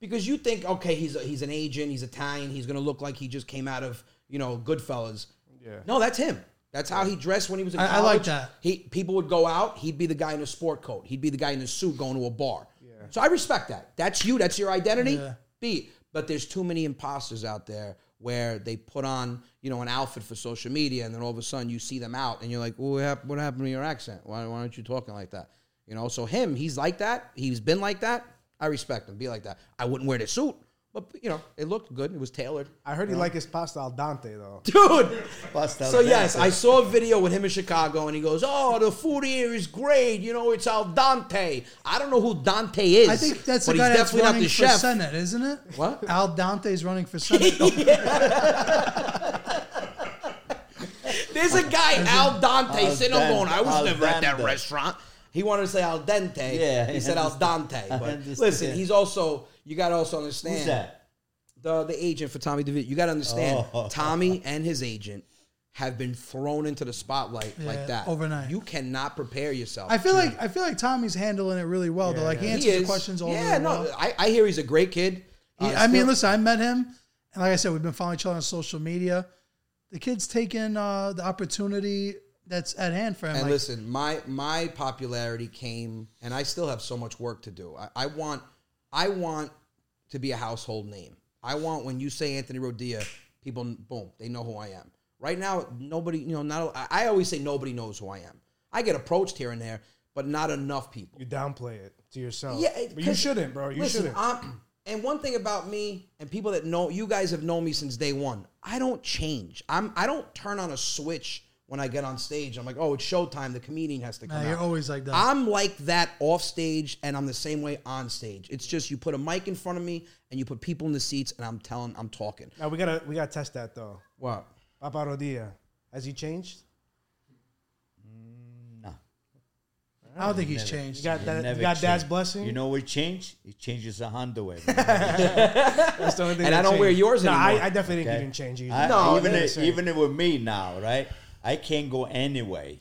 because you think, okay, he's a, he's an agent, he's Italian, he's gonna look like he just came out of you know Goodfellas. Yeah. No, that's him. That's how he dressed when he was in I- I college. like that. He people would go out. He'd be the guy in a sport coat. He'd be the guy in a suit going to a bar. So I respect that. That's you. That's your identity. Yeah. Be it. But there's too many imposters out there where they put on you know an outfit for social media, and then all of a sudden you see them out, and you're like, what happened? What happened to your accent? Why, why aren't you talking like that? You know. So him, he's like that. He's been like that. I respect him. Be like that. I wouldn't wear the suit, but you know it looked good. It was tailored. I heard he liked his pasta al dente though. Dude, Pasta so al dente. yes, I saw a video with him in Chicago, and he goes, "Oh, the food here is great. You know, it's al dente." I don't know who Dante is. I think that's but the guy he's that's definitely running not the for chef. senate, isn't it? What? Al Dante's running for senate. There's a guy al dente Al sitting on going, "I was dente, never at that al dente." restaurant." He wanted to say al dente. Yeah, he I said al dente. But understand. listen, he's also you got to also understand Who's that? the the agent for Tommy DeVito. You got to understand, Oh. Tommy and his agent have been thrown into the spotlight Yeah, like that overnight. You cannot prepare yourself. I feel like I feel like Tommy's handling it really well. though, like he answers the questions all. Yeah, really well. no, I, I hear he's a great kid. He- Uh, I mean, still- listen, I met him, and like I said, we've been following each other on social media. The kid's taking uh, the opportunity that's at hand for him. And Like, listen, my my popularity came, and I still have so much work to do. I, I want, I want to be a household name. I want when you say Anthony Rodia, people boom, they know who I am. Right now, nobody, you know, not. I- I always say nobody knows who I am. I get approached here and there, but not enough people. You downplay it to yourself. Yeah, it- but you 'cause- shouldn't, bro. You listen, shouldn't. I'm- and one thing about me and people that know you guys have known me since day one. I don't change. I'm I don't turn on a switch when I get on stage. I'm like, oh, it's showtime. The comedian has to come. uh, you're out. always like that. I'm like that off stage, and I'm the same way on stage. It's just you put a mic in front of me and you put people in the seats, and I'm telling, I'm talking. now we gotta we gotta test that though. What? Papa Rodia, has he changed? I don't think he's changed. You got that? Never You got dad's changed. blessing. You know what changed? He changes the underwear. man. That's the only thing And that I don't wear changed. yours No, I, anymore. I definitely Okay? didn't change either. I, No, even they're it, even it with me now, right? I can't go anyway.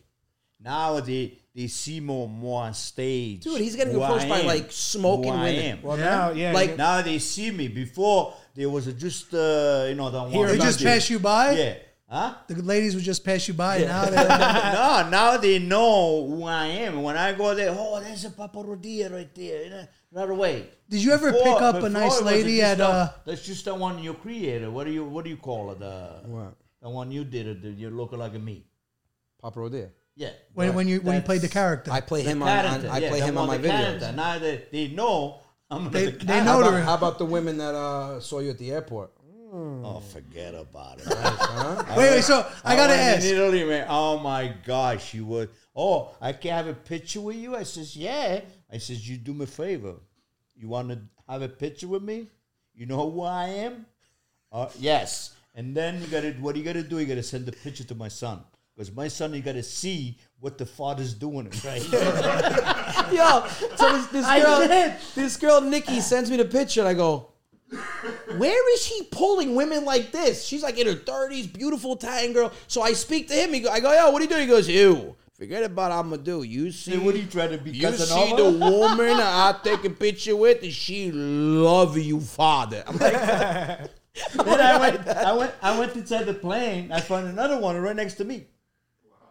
Now they they see more more on stage. Dude, he's getting who I approached by, am, like, smoking who I women. am. well, now, yeah, Like- you- now they see me. Before there was just uh, you know the one. They just pass you by. Yeah. Huh? The ladies would just pass you by. Now they're no, now they know who I am. When I go there, oh, there's a Papa Rodia right there. you know, Right away. Did you ever Before- pick up a before nice it was lady just at, the- uh, That's just the one you created. What do you What do you call it? Uh, what? The one you did it. You look like me. Papa Rodia. Yeah. when, when you when you That's- played the character. I play him on. on Character, I yeah, play the him on my one, the character. videos. Now that they know, I'm the They- they character. How know- about, how about the women that uh, saw you at the airport? Oh, forget about it. wait, wait. So I gotta went ask. In Italy, man. Oh my gosh, she was. Oh, I can have a picture with you. I says, yeah. I says, you do me a favor. You want to have a picture with me? You know who I am? Uh, yes. And then you gotta. What you gotta do? You gotta send the picture to my son. Because my son, you got to see what the father's doing. Right? Yo, so this, this I girl, did. this girl Nikki sends me the picture, and I go, "Where is she pulling women like this?" She's like in her thirties, beautiful Italian girl. So I speak to him. He go, I go, "Yo, what are you doing?" He goes, "Ew, forget about I'm gonna do. You see, Hey, what are you trying to be? you cousin see the Alma? woman I take a picture with, and she love you, father." I'm like, then I went, I went, I went inside the plane. I found another one right next to me.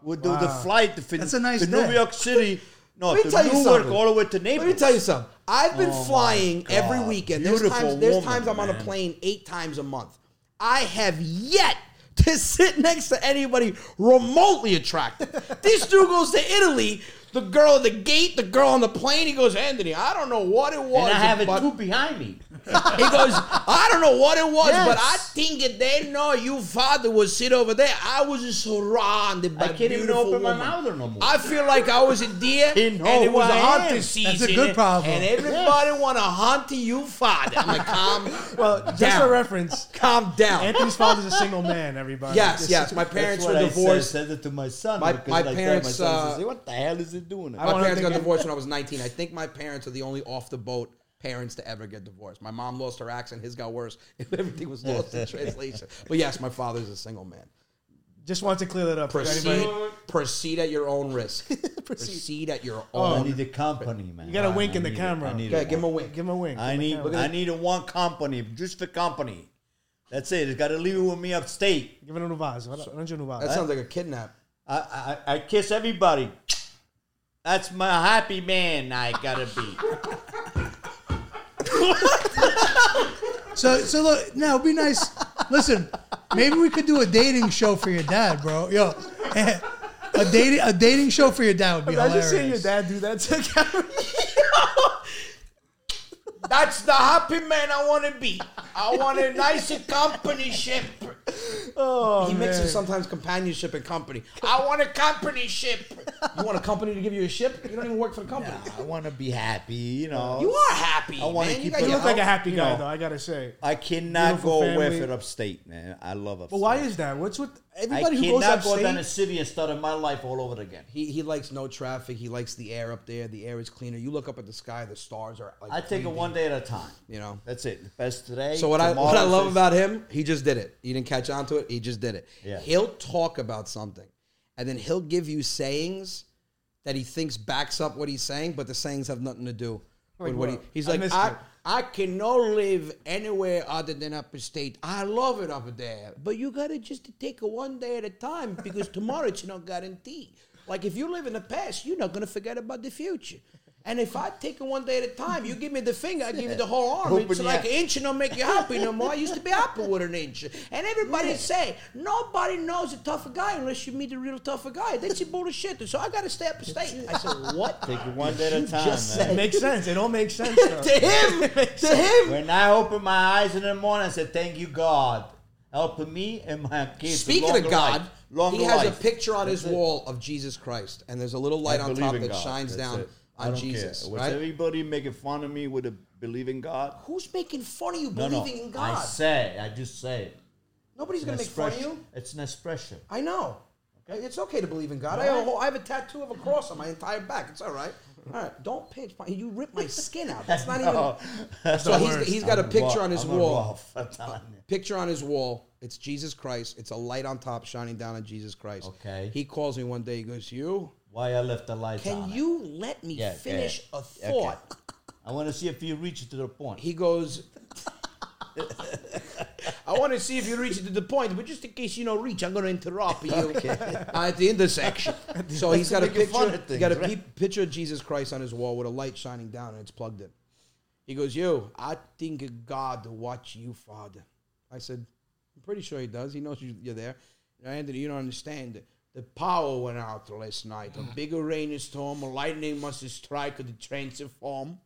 We'll do the flight to, fin- That's a nice to New day. York City. No, me to tell you Newark, something. all the way to Naples. Let me tell you something. I've been flying every weekend. There's Oh Beautiful times, there's woman, times I'm on a man. plane eight times a month. I have yet to sit next to anybody remotely attractive. this dude goes to Italy. The girl at the gate, the girl on the plane, he goes, Anthony, I don't know what it was. And I have but-" a two behind me. He goes, I don't know what it was, but I Yes. think if they know you father was sit over there, I was just surrounded by I can't even beautiful open my women. mouth no more. I feel like I was a deer He and know it who was a I am. hunting That's season. a good problem. And everybody want to hunt you, father. I'm like, calm, Well, just Down. for reference, calm down. Anthony's father's a single man. Everybody. Yes, This- yes. My parents That's were what I divorced. said, said it to my son. My- because my like that, parents, my son uh, says, what the hell is it doing? My wanna parents got think- divorced when I was 19. I think my parents are the only off the boat parents to ever get divorced. My mom lost her accent. His got worse. and Everything was lost in translation. But yes, my father's a single man. Just want to clear that up. for Proceed, anybody. proceed at your own risk. proceed. at your I own. need a company, man. You got to Man, wink I in the need it. camera. I need Okay, it. give him a wink. Give him a wink. I need, I need a one company, just for company. That's it. It's got to leave it with me upstate. Give him a vase. Why don't you vase? That sounds like a kidnap. I, I, I kiss everybody. That's my happy man I gotta be. So, so look, now it'd be nice. Listen, maybe we could do a dating show for your dad, bro. Yo, a dating a dating show for your dad would be Imagine hilarious. seeing your dad do that to a camera. That's the happy man I want to be. I want a nice companionship. Oh, He man. mixes sometimes companionship and company. I want a company ship. You want a company to give you a ship? You don't even work for the company. I want to be happy, you know. You are happy. I wanna man. keep got it your You look like a own- happy You guy, know. though. I gotta say. I cannot Beautiful go away family. for upstate, man. I love upstate. But why is that? What's with I everybody who goes cannot go upstate? down to city and start my life all over again. He, he likes no traffic. He likes the air up there. The air is cleaner. You look up at the sky. The stars are like. I take it 3D, one day at a time. You know. That's it. The best today. So what I what I tomorrow, love this- about him, he just did it. He didn't catch on to it. He just did it. Yeah. He'll talk about something, and then he'll give you sayings that he thinks backs up what he's saying, but the sayings have nothing to do with what he. what? He's I like, missed I, it." I cannot live anywhere other than upstate. I love it up there, but you gotta just take it one day at a time because tomorrow it's not guaranteed. Like if you live in the past, you're not gonna forget about the future. And if I take it one day at a time, you give me the finger, I give you the whole arm. Open It's the like eye. an inch don't make you happy no more. I used to be happy with an inch. And everybody say, nobody knows a tougher guy unless you meet a real tougher guy. That's your bullshit. So I gotta stay up and stay. I said, what? Take it one day at a time, man. just It makes sense. It all makes sense. though. to him, to him. When I open my eyes in the morning, I said, "Thank you, God, helping me and my kids." Speaking Longer of God, life. Longer he has life. a picture on his That's it. wall of Jesus Christ, and there's a little light I on believe top in that God. shines That's down it. I on don't Jesus, care. Was right? everybody making fun of me with a believe in God? Who's making fun of you No, no. believing in I God? say, it. I just say it. Nobody's gonna make fun of expression. you. It's an expression. I know. It's okay to believe in God. I, have a whole, I have a tattoo of a cross on my entire back. It's all right. All right. Don't pinch my. You rip my skin out. That's not No. even. So he's, he's got a I'm picture raw- on his I'm a raw wall. fatality. Picture on his wall. It's Jesus Christ. It's a light on top shining down on Jesus Christ. Okay. He calls me one day. He goes, "You Why I left the lights can on it. you let me Yeah, finish yeah. a Okay. thought?" I want to see if you reach to the point. He goes, I want to see if you reach to the point, but just in case you don't reach, I'm going to interrupt you at the intersection. So he's got a making fun picture. of He got a things, pe- picture of Jesus Christ on his wall with a light shining down, and it's plugged in. He goes, "Yo, I think God watch you, Father." I said, "I'm pretty sure He does. He knows you- you're there." "No, Anthony, you don't understand. The power went out last night. A big rainstorm, a lightning must strike the transform,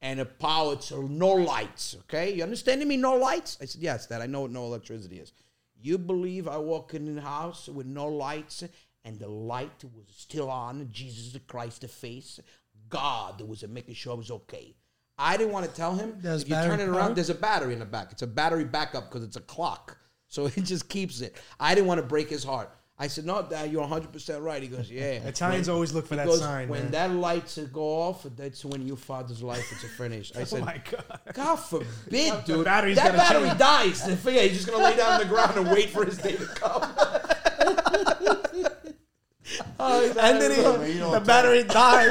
and the power to no lights. Okay, you understanding me? No lights. I said, "Yes, that I know what no electricity is." You believe I walk in the house with no lights, and the light was still on Jesus Christ, the face. God was making sure I was okay. I didn't want to tell him. There's if you battery turn it around, power? there's a battery in the back. It's a battery backup because it's a clock, so it just keeps it. I didn't want to break his heart. I said, no, Dad, you're 100% right. He goes, yeah. Italians When- always look for he that goes, sign, When man. that light to go off, that's when your father's life is finished. I said, Oh my God. God forbid, The dude. battery's that gonna battery change. dies. Then forget, it, he's just gonna lay down on the ground and wait for his day to come. you Oh, Anthony, know, the battery died.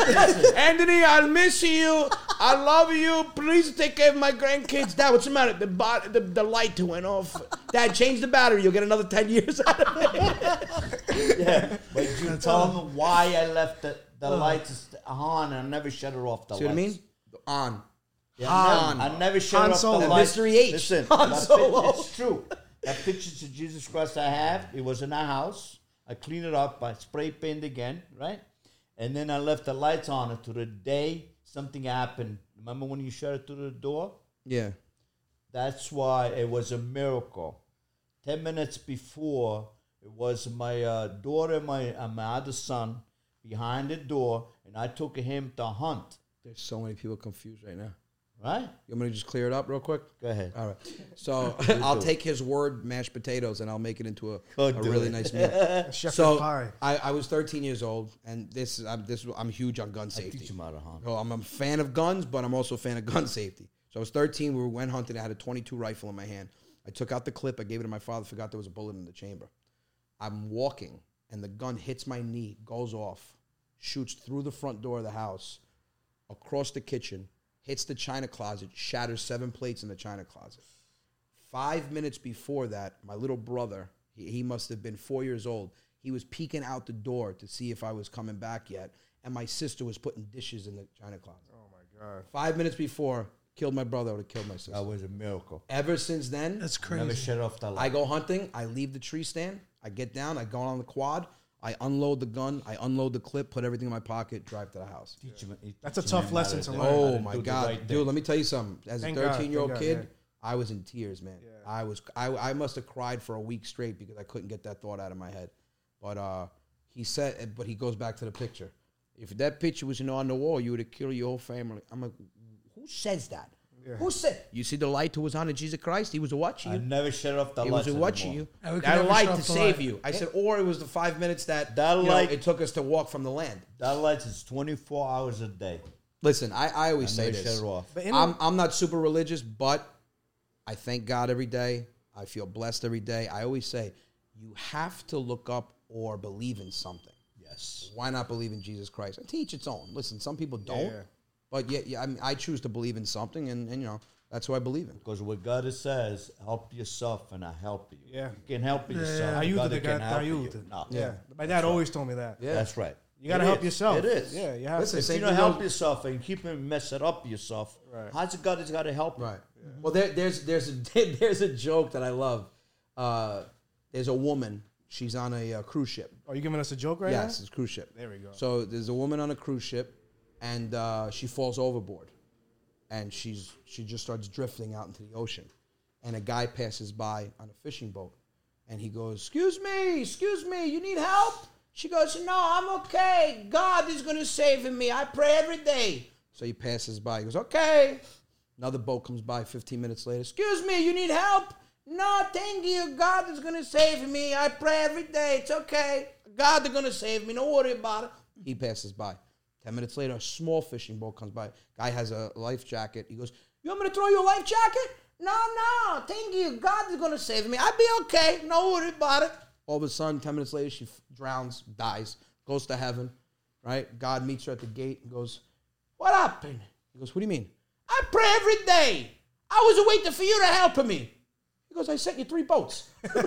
Anthony, I'll miss you. I love you. Please take care of my grandkids. Dad, what's the matter? The bo- the, the light went off. Dad, change the battery. You'll get another ten years out of it. Yeah, but you tell them why I left the, the lights on and I never shut it off. The See what I lights. mean? On. Yeah, I never- I never shut Han off Solo. the lights. Mystery H. Listen, Han that pic- Solo. it's true. That picture to Jesus Christ I have, it was in our house. I cleaned it up. I spray paint again, right? And then I left the lights on it to the day something happened. Remember when you shut it through the door? Yeah. That's why it was a miracle. Ten minutes before, it was my uh, daughter and my, and my other son behind the door, and I took him to hunt, There's so many people confused right now. right? You want me to just clear it up real quick? Go ahead. All right. So I'll take his word, mashed potatoes, and I'll make it into a, Oh, a do really it. nice meal. Shepherd so pie. I, I was 13 years old, and this I'm this I'm huge on gun I safety. teach him how to hunt. So I'm a fan of guns, but I'm also a fan of gun safety. So I was 13. We went hunting. I had a 22 rifle in my hand. I took out the clip. I gave it to my father. Forgot there was a bullet in the chamber. I'm walking, and the gun hits my knee, goes off, shoots through the front door of the house, across the kitchen, hits the china closet, shatters seven plates in the china closet. Five minutes before that, my little brother, he, he must have been four years old, he was peeking out the door to see if I was coming back yet. And my sister was putting dishes in the china closet. Oh my God. Five minutes before, killed my brother, I would have killed my sister. That was a miracle. Ever since then, That's Never crazy. shut off the light. I go hunting. I leave the tree stand. I get down. I go on the quad. I unload the gun. I unload the clip. Put everything in my pocket. Drive to the house. Teach him- teach That's a him tough how lesson to do it. learn. Oh How to my do the god, right dude! thing. Let me tell you something. As Thank a God, thirteen year old thank God, kid, yeah. I was in tears, man. I was. I, I must have cried for a week straight because I couldn't get that thought out of my head. But uh, he said. But he goes back to the picture. If that picture was you know, on the wall, you would have killed your whole family. I'm like, who says that? Who said? You see the light who was on it, Jesus Christ. He was watching I you. never shut off the He lights. was watching you. anymore. And we could That never light stop to the save light. you. I said, or it was the five minutes that That you know, light- it took us to walk from the land. That lights is 24 hours a day. Listen, I, I always I say never this. shut it off. But in a- I'm, I'm not super religious, but I thank God every day. I feel blessed every day. I always say, you have to look up or believe in something. Yes. Why not believe in Jesus Christ? And teach its own. Listen, some people don't, but yeah, yeah I, mean, I choose to believe in something, and, and you know that's who I believe in. Because what God says, help yourself and I help you. Yeah. You can help yourself. yeah. Aiutate God the can God, help you. aiutate. No. Yeah. My dad always told me that. Yeah. That's right. You gotta It help is. yourself. It is. Yeah, you have Listen, to. If Same you don't thing help goes- yourself and keep messing up yourself, how's God has got to help you? Right. Well, there, there's there's a, there's a joke that I love. Uh, there's a woman. She's on a uh, cruise ship. Are you giving us a joke right Yes, it's a cruise ship. There we go. So there's a woman on a cruise ship, and uh, she falls overboard, and she's she just starts drifting out into the ocean, and a guy passes by on a fishing boat, and he goes, "Excuse me, excuse me, you need help?" She goes, "No, I'm okay. God is gonna save me. I pray every day." So he passes by. He goes, "Okay." Another boat comes by 15 minutes later. Excuse me, you need help? No, thank you. God is going to save me. I pray every day. It's okay. God is going to save me. Don't worry about it. He passes by. 10 minutes later, a small fishing boat comes by. Guy has a life jacket. He goes, You want me to throw you a life jacket? No, no, thank you. God is going to save me. I'll be okay. No worry about it. All of a sudden, 10 minutes later, she f- drowns, dies, goes to heaven, right? God meets her at the gate and goes, what happened? He goes, What do you mean? I pray every day. I was waiting for you to help me. He goes, I sent you three boats. See?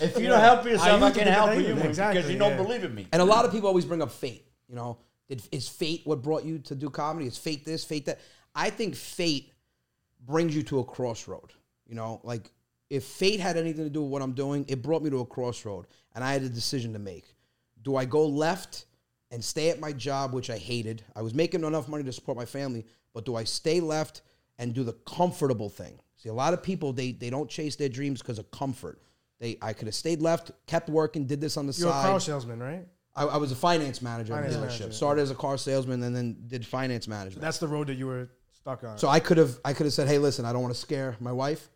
If you don't help yourself, I, Aiutate can the help God, you because exactly, you don't yeah. believe in me. And a lot of people always bring up fate. You know, Did, is fate what brought you to do comedy? Is fate this, fate that? I think fate brings you to a crossroad. You know, like if fate had anything to do with what I'm doing, it brought me to a crossroad and I had a decision to make. Do I go left and stay at my job, which I hated? I was making enough money to support my family, but do I stay left and do the comfortable thing? See, a lot of people they they don't chase their dreams because of comfort. They I could have stayed left, kept working, did this on the You're a side. car salesman, right? I, I was a finance manager at a Finance dealership. manager. Started as a car salesman and then did finance management. That's the road that you were stuck on. So I could have I could have said, "Hey, listen, I don't want to scare my wife.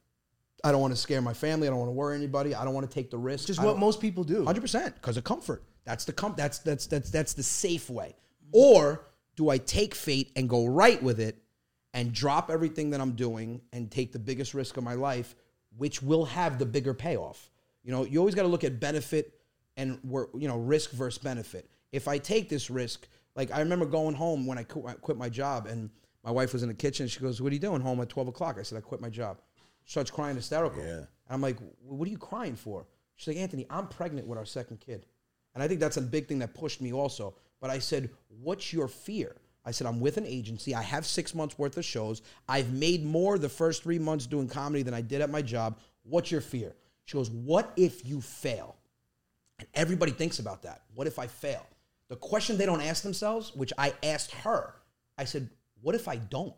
I don't want to scare my family. I don't want to worry anybody. I don't want to take the risk. Just I what don't- most people do. Hundred percent, because of comfort. That's the com- That's that's that's that's the safe way. Or do I take fate and go right with it, and drop everything that I'm doing and take the biggest risk of my life, which will have the bigger payoff? You know, you always got to look at benefit and wor- you know risk versus benefit. If I take this risk, like I remember going home when I qu- I quit my job, and my wife was in the kitchen. She goes, "What are you doing home at twelve o'clock?" I said, "I quit my job." Starts crying hysterical. Yeah. And I'm like, "Wh- "What are you crying for?" She's like, "Anthony, I'm pregnant with our second kid." And I think that's a big thing that pushed me also. But I said, What's your fear? I said, I'm with an agency. I have six months worth of shows. I've made more the first three months doing comedy than I did at my job. What's your fear? She goes, What if you fail? And everybody thinks about that. What if I fail? The question they don't ask themselves, which I asked her, I said, What if I don't?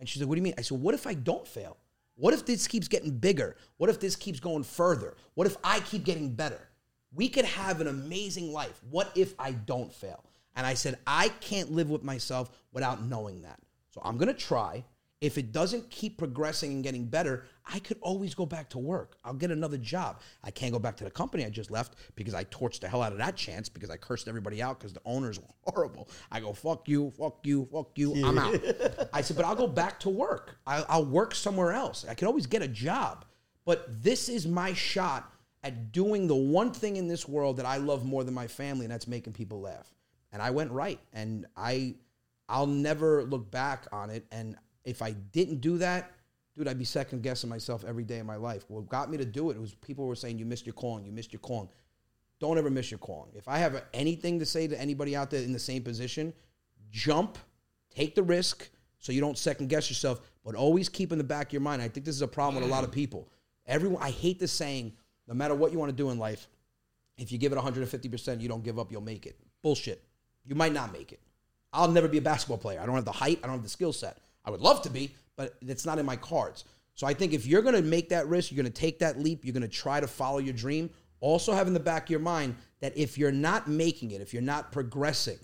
And she's like, What do you mean? I said, What if I don't fail? What if this keeps getting bigger? What if this keeps going further? What if I keep getting better? We could have an amazing life. What if I don't fail? And I said, I can't live with myself without knowing that. So I'm going to try. If it doesn't keep progressing and getting better, I could always go back to work. I'll get another job. I can't go back to the company I just left because I torched the hell out of that chance because I cursed everybody out because the owners were horrible. I go, fuck you, fuck you, fuck you, I'm out. I said, but I'll go back to work. I, I'll work somewhere else. I can always get a job. But this is my shot at doing the one thing in this world that I love more than my family, and that's making people laugh. And I went right. And I I'll never look back on it. And if I didn't do that, dude, I'd be second guessing myself every day of my life. What got me to do it was people were saying, You missed your calling, you missed your calling. Don't ever miss your calling. If I have anything to say to anybody out there in the same position, jump, take the risk so you don't second guess yourself, but always keep in the back of your mind. I think this is a problem with a lot of people. Everyone, I hate this saying, no matter what you want to do in life, if you give it 150%, you don't give up, you'll make it. Bullshit. You might not make it. I'll never be a basketball player. I don't have the height, I don't have the skill set. I would love to be, but it's not in my cards. So I think if you're going to make that risk, you're going to take that leap, you're going to try to follow your dream, also have in the back of your mind that if you're not making it, if you're not progressing,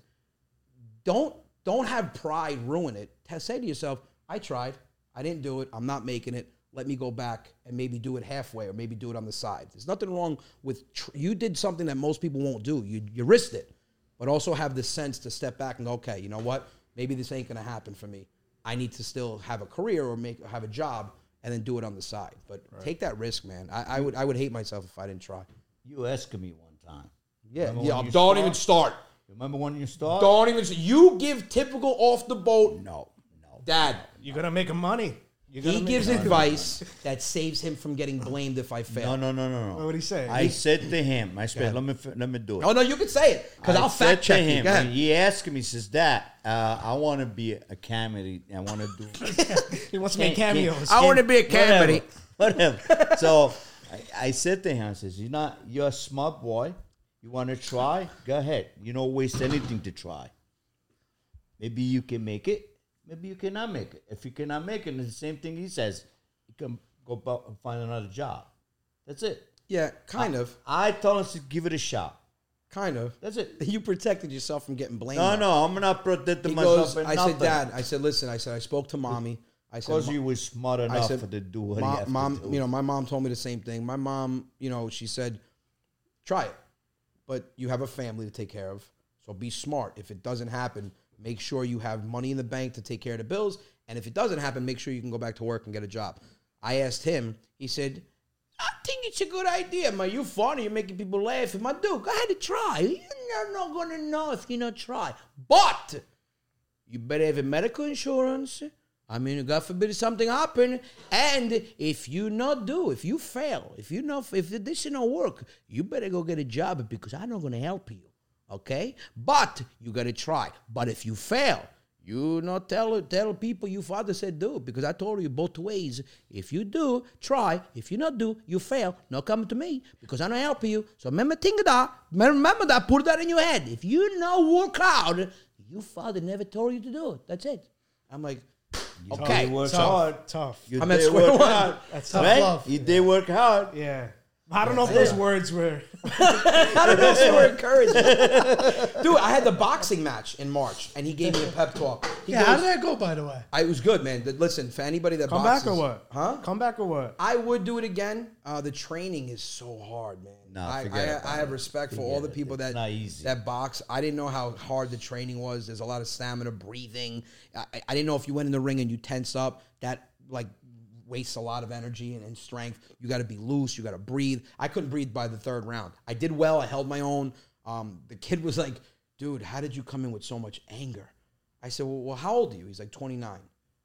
don't don't have pride ruin it. T- Say to yourself, I tried, I didn't do it, I'm not making it. Let me go back and maybe do it halfway or maybe do it on the side. There's nothing wrong with tr- you did something that most people won't do. You you risked it, but also have the sense to step back and go, okay, you know what? Maybe this ain't gonna happen for me. I need to still have a career or make have a job and then do it on the side. But take that risk, man. I, I would I would hate myself if I didn't try. You asked me one time. Yeah, Remember yeah. when you Don't start? even start. Remember when you started? Don't even. You give typical off the boat, No, no. dad. You're gonna make money. You're gonna He make gives money. advice that saves him from getting blamed if I No, fail. no, no, no, no. What would he say? I said to him, I said, let me fi- let me do it. Oh no, you can say it because I I'll said fact to check you. him. Go and ahead. He asked me, he says, "That uh, I want to be a comedy. I want to do. he wants to make Can't- cameos. can't- I wanna be a whatever, comedy. Whatever. So I, I said to him, I says, "You're not. You're a smart boy. You want to try? Go ahead. You don't waste anything to try. Maybe you can make it. Maybe you cannot make it. If you cannot make it, it's the same thing he says. You can go bu- and find another job. That's it. Yeah, kind of, I told him to give it a shot. kind of. That's it. You protected yourself from getting blamed. No, on it. no, I'm not protecting He myself. goes. in I said, nothing. Dad. I said, listen. I said, I spoke to mommy. I said, Because "Mom- you were smart I enough said, to do what "Mom- you have mom, to do. you know, my mom told me the same thing. My mom, you know, she said, try it, but you have a family to take care of, so be smart. If it doesn't happen, make sure you have money in the bank to take care of the bills, and if it doesn't happen, make sure you can go back to work and get a job. I asked him. He said. I think it's a good idea, man. You're funny. You're making people laugh. My dude, go ahead and try. You're not gonna know if you not try. But you better have a medical insurance. I mean, God forbid something happen. And if you not do, if you fail, if you not, if this is not work, you better go get a job because I'm not gonna help you. Okay, but you gotta try. But if you fail, you not tell tell people your father said do because I told you both ways. If you do, try. If you not do, you fail. Not come to me because I don't help you. So remember, think of that. Remember that. Put that in your head. If you not work out, your father never told you to do it. That's it. I'm like, okay. You work tough, hard. tough. You I'm at did square work one. hard, That's tough right? love. You did work hard. Yeah. I don't know if those words were. Those were encouraging. Dude, I had the boxing match in March, and he gave me a pep talk. He Yeah, how goes- did that go, Oh, by the way? I it was good, man. Th- Listen, for anybody that Come boxes, back or what? Huh? Come back or what? I would do it again. Uh, the training is so hard, man. No, I, forget I, about I have respect for all the it. people It's that not easy. that box. I didn't know how hard the training was. There's a lot of stamina, breathing. I, I- I didn't know if you went in the ring and you tense up, that like wastes a lot of energy and, and strength. You got to be loose. You got to breathe. I couldn't breathe by the third round. I did well. I held my own. Um, the kid was like, "Dude, how did you come in with so much anger?" I said, well, well, how old are you? He's like 29.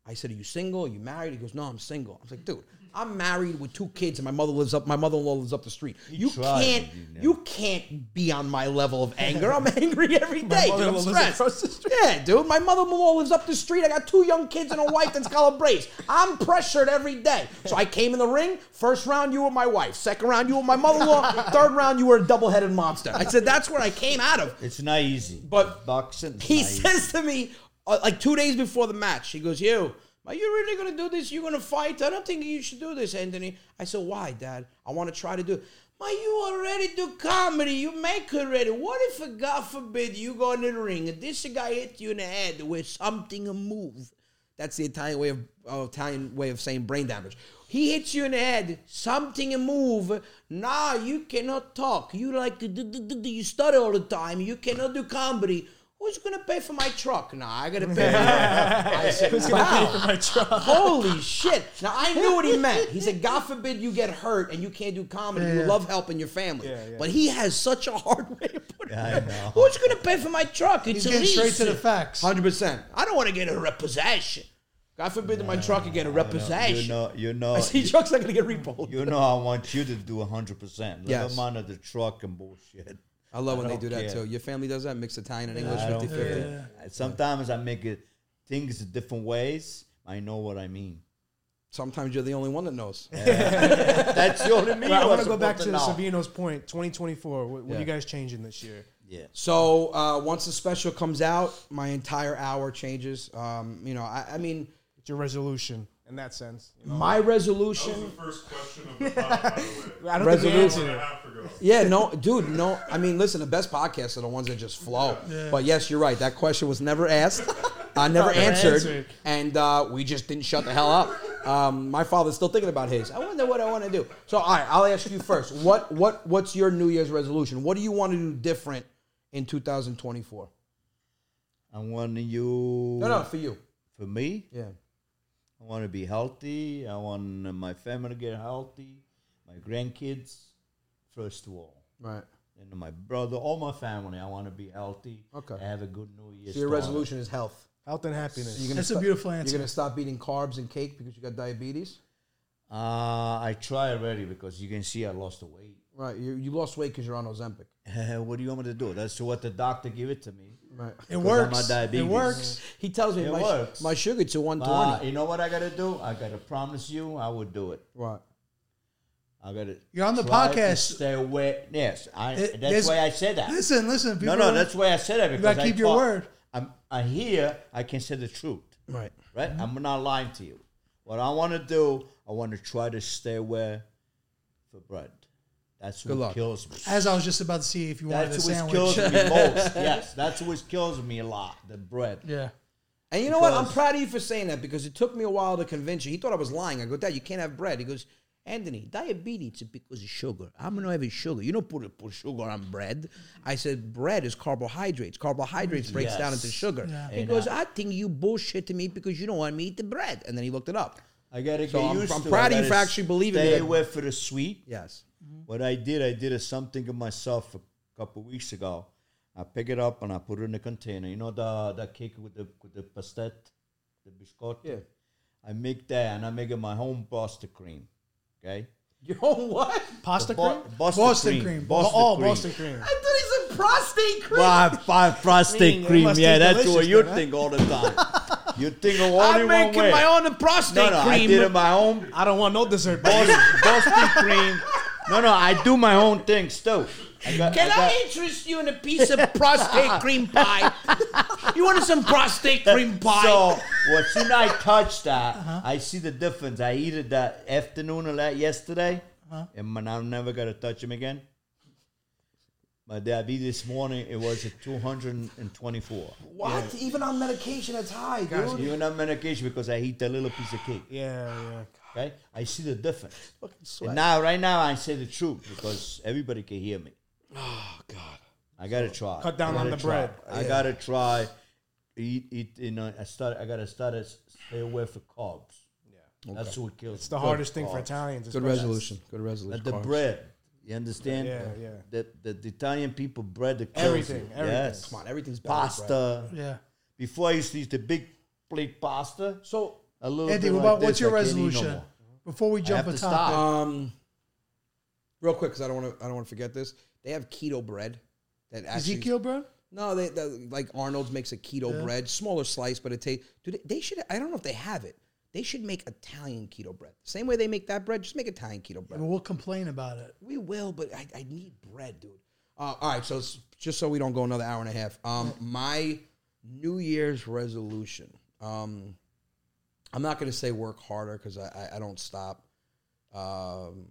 I said, are you single? Are you married? He goes, no, I'm single. I was like, dude, I'm married with two kids and my mother lives up, my mother-in-law lives up the street. You, tried, can't, you you, know. can't be on my level of anger. I'm angry every day. dude. I'm mother-in-law lives stressed. across the street. Yeah, dude, my mother-in-law lives up the street. I got two young kids and a wife that's calabrese. I'm pressured every day. So I came in the ring. First round, you were my wife. Second round, you were my mother-in-law. Third round, you were a double-headed monster. I said, that's where I came out of. It's not easy. But boxing, is He not easy. says to me, uh, like two days before the match, he goes, "You, are you really gonna do this? You gonna fight? I don't think you should do this, Anthony." I said, "Why, Dad? I want to try to do." it." Ma, you already do comedy. You make already. What if, God forbid, you go in the ring and this guy hit you in the head with something a move? That's the Italian way of uh, Italian way of saying brain damage. He hits you in the head, something a move. Now you cannot talk. You like d- d- d- d- you stutter all the time. You cannot do comedy. Who's gonna pay for my truck? Nah, I gotta pay. I said, wow. Holy shit! Now I knew what he meant. He said, "God forbid you get hurt and you can't do comedy. You love helping your family, but he has such a hard way of putting I it. know. Who's gonna pay for my truck? It's He's getting a lease. straight to the facts. Hundred percent. I don't want to get a repossession. God forbid that my truck get a you repossession. know, you know, I see you, trucks not gonna get repoed. you know, I want you to do hundred percent. Let Yes. them out of the truck and bullshit. I love when I they don't do that care. too. Your family does that, mix Italian and English I don't 50-50. care. Sometimes I make it things different ways. I know what I mean. Sometimes you're the only one that knows. That's the only me. But I I'm want to go back to, supposed know. Savino's point. 2024. What, what are Yeah. you guys changing this year? Yeah. So uh, once the special comes out, my entire hour changes. Um, you know, I, I mean, It's your resolution in that sense. You know? my resolution. the first question of the pod, by the way. I don't Resolution. think we answered I it. have to go. Yeah, no, dude, no. I mean, listen, the best podcasts are the ones that just flow. But yes, you're right. That question was never asked. I never answered, answered. and uh, we just didn't shut the hell up. Um, my father's still thinking about his. I wonder what I want to do. So, all right, I'll ask you first. What what what's your New Year's resolution? What do you want to do different in 2024? I want you. No, no, for you. For me, Yeah. I want to be healthy. I want my family to get healthy. My grandkids, first of all. Right. And my brother, all my family, I want to be healthy. Okay. I have a good New Year's. So your start. resolution is health. Health and happiness. You're gonna That's a sto- beautiful You're answer. gonna stop eating carbs and cake because you got diabetes. Uh, I try already because you can see I lost the weight. Right. You, you lost weight because you're on Ozempic. what do you want me to do? That's what the doctor gave it to me. Right. It Because I'm works. a diabetes. It works. He tells me It my, works. my sugar to But 120. you know what I gotta do? I gotta promise you, I will do it. right. I gotta. You're on the try to podcast. Stay away. Yes, I, that's It- there's- why I said that. Listen, listen. no, People no, are- that's why I said that because gotta I keep your thought- word. I'm, I hear I can say the truth. Right. Mm-hmm. right? I'm not lying to you. What I want to do, I want to try to stay away for bread. That's what luck. kills me. as I was just about to see if you wanted That's a what sandwich. kills me most. Yes, that's what kills me a lot. The bread. Yeah. And you know what? I'm Because- proud of you for saying that because it took me a while to convince you. He thought I was lying. I go, Dad, you can't have bread. He goes, Anthony, diabetes is because of sugar. I'm not having sugar. You don't put, put sugar on bread. I said, bread is carbohydrates. Carbohydrates breaks Yes. down into sugar. Yeah. He goes, I think you bullshit me because you don't want me to eat the bread. And then he looked it up. I gotta So get I'm- used I'm to. it. proud of I you for gotta actually believing Stay that- away for the sweet. Yes. What I did, I did is something of myself a couple of weeks ago. I pick it up and I put it in a container. You know the the cake with the with the pastette, the biscotti. Yeah. I make that and I make it my home pasta cream. Okay. You know what? Pasta Bo- cream? Boston, Boston cream. cream. Boston oh, cream. Boston cream. I thought he said prostate cream. Well, I- I- prostate Mm, it cream. must Yeah, taste that's delicious what you then, huh? think all the time. you think of only I'm one way. making my own prostate no, no, I cream. did it my own. I don't want no dessert. Boston, Boston cream. No, no, I do my own things too. I got, Can got- I interest you in a piece of prostate cream pie? You want some prostate cream pie? So, well, soon I touch that, I see the difference. I eat it that afternoon or that yesterday. and man, I'm never gonna touch him again. My diabetes this morning it was at 224. What? Even on medication, that's high, dude. Even on medication because I eat a little piece of cake. Yeah, yeah. Okay, I see the difference. And now, right now, I say the truth because everybody can hear me. Oh God. I gotta try. cut down I on gotta the try. bread. I gotta try. Eat, eat. You know, I start. I gotta start. To stay away from carbs. Yeah, that's what kills. It's the hardest thing for Italians. Good especially. resolution. Good resolution. the Carbs. bread. You understand? Yeah, yeah. The, the, the Italian people bread the Everything, everything. Yes. Come on, everything's better with bread. pasta. Yeah. Before I used to eat the big plate pasta. So A little Andy, bit what like about, this, what's your I can't eat no resolution? more. Before we jump have a to topic, stop. Um, real quick, because I don't want to. I don't want to forget this. They have keto bread. That actually, Ezekiel, bro? No, they, they like Arnold's makes a keto bread, smaller slice, but it tastes. Dude, they should. I don't know if they have it. They should make Italian keto bread. Same way they make that bread, just make Italian keto bread. We'll complain about it. We will, but I, I need bread, dude. Uh, all right, so s- just so we don't go another hour and a half, um, my New Year's resolution. Um, I'm not going to say work harder because I, I, I don't stop. Um,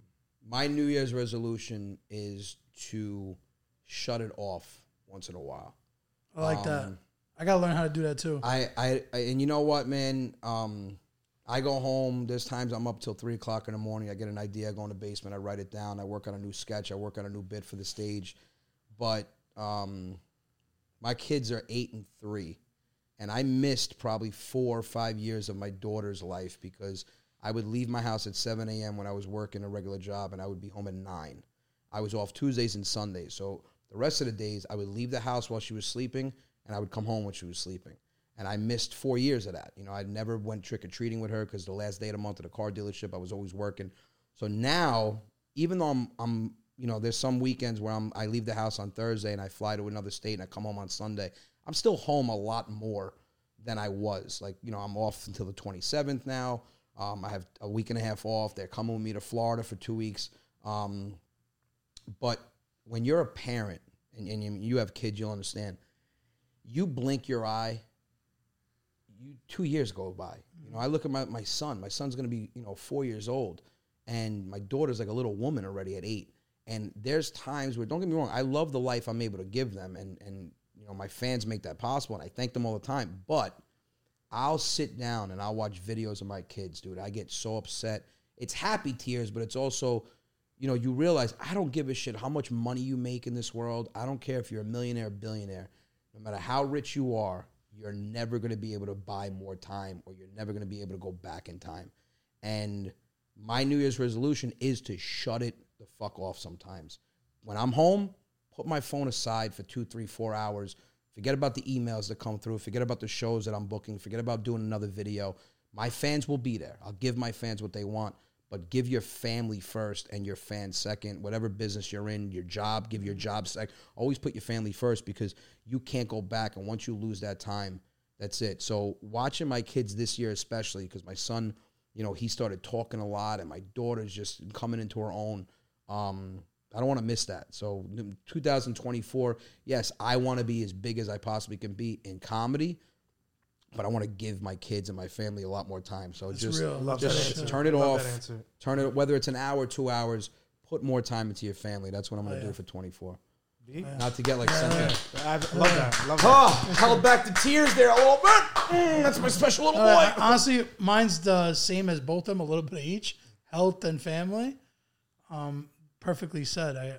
my New Year's resolution is to shut it off once in a while. I like Um, that. I got to learn how to do that too. I, I, I and you know what, man? Um, I go home. There's times I'm up till three o'clock in the morning. I get an idea. I go in the basement. I write it down. I work on a new sketch. I work on a new bit for the stage. But um, my kids are eight and three, and I missed probably four or five years of my daughter's life because I would leave my house at seven a.m. when I was working a regular job, and I would be home at nine. I was off Tuesdays and Sundays. So the rest of the days, I would leave the house while she was sleeping and I would come home when she was sleeping. And I missed four years of that. You know, I never went trick or treating with her because the last day of the month at the car dealership, I was always working. So now, even though I'm, I'm, you know, there's some weekends where I'm, I leave the house on Thursday and I fly to another state and I come home on Sunday. I'm still home a lot more than I was. Like, you know, I'm off until the 27th now. Um, I have a week and a half off. They're coming with me to Florida for two weeks. Um, but when you're a parent and, and you- you have kids, you'll understand. You blink your eye, you two years go by. You know, I look at my, my son. My son's gonna be, you know, four years old, and my daughter's like a little woman already at eight. And there's times where don't get me wrong, I love the life I'm able to give them, and and you know, my fans make that possible, and I thank them all the time. But I'll sit down and I'll watch videos of my kids, dude. I get so upset. It's happy tears, but it's also, you know, you realize I don't give a shit how much money you make in this world. I don't care if you're a millionaire or billionaire. No matter how rich you are, you're never going to be able to buy more time or you're never going to be able to go back in time. And my New Year's resolution is to shut it the fuck off sometimes. When I'm home, put my phone aside for two, three, four hours. Forget about the emails that come through. Forget about the shows that I'm booking. Forget about doing another video. My fans will be there. I'll give my fans what they want, but give your family first and your fans second. Whatever business you're in, your job, give your job second. Always put your family first because you can't go back. And once you lose that time, that's it. So watching my kids this year, especially because my son, you know, he started talking a lot, and my daughter's just coming into her own. Um, I don't want to miss that. So 2024, yes, I want to be as big as I possibly can be in comedy, but I want to give my kids and my family a lot more time. So just real. Love that just answer. turn it Love that off. answer. Turn it whether it's an hour, two hours. Put more time into your family. That's what I'm Oh, going to do for 24. Not to get like sentimental. I love that. Love that. held back the tears there. Oh, man. Mm, that's my special little boy. Uh, honestly, mine's the same as both of them, a little bit of each health and family. Um, perfectly said. I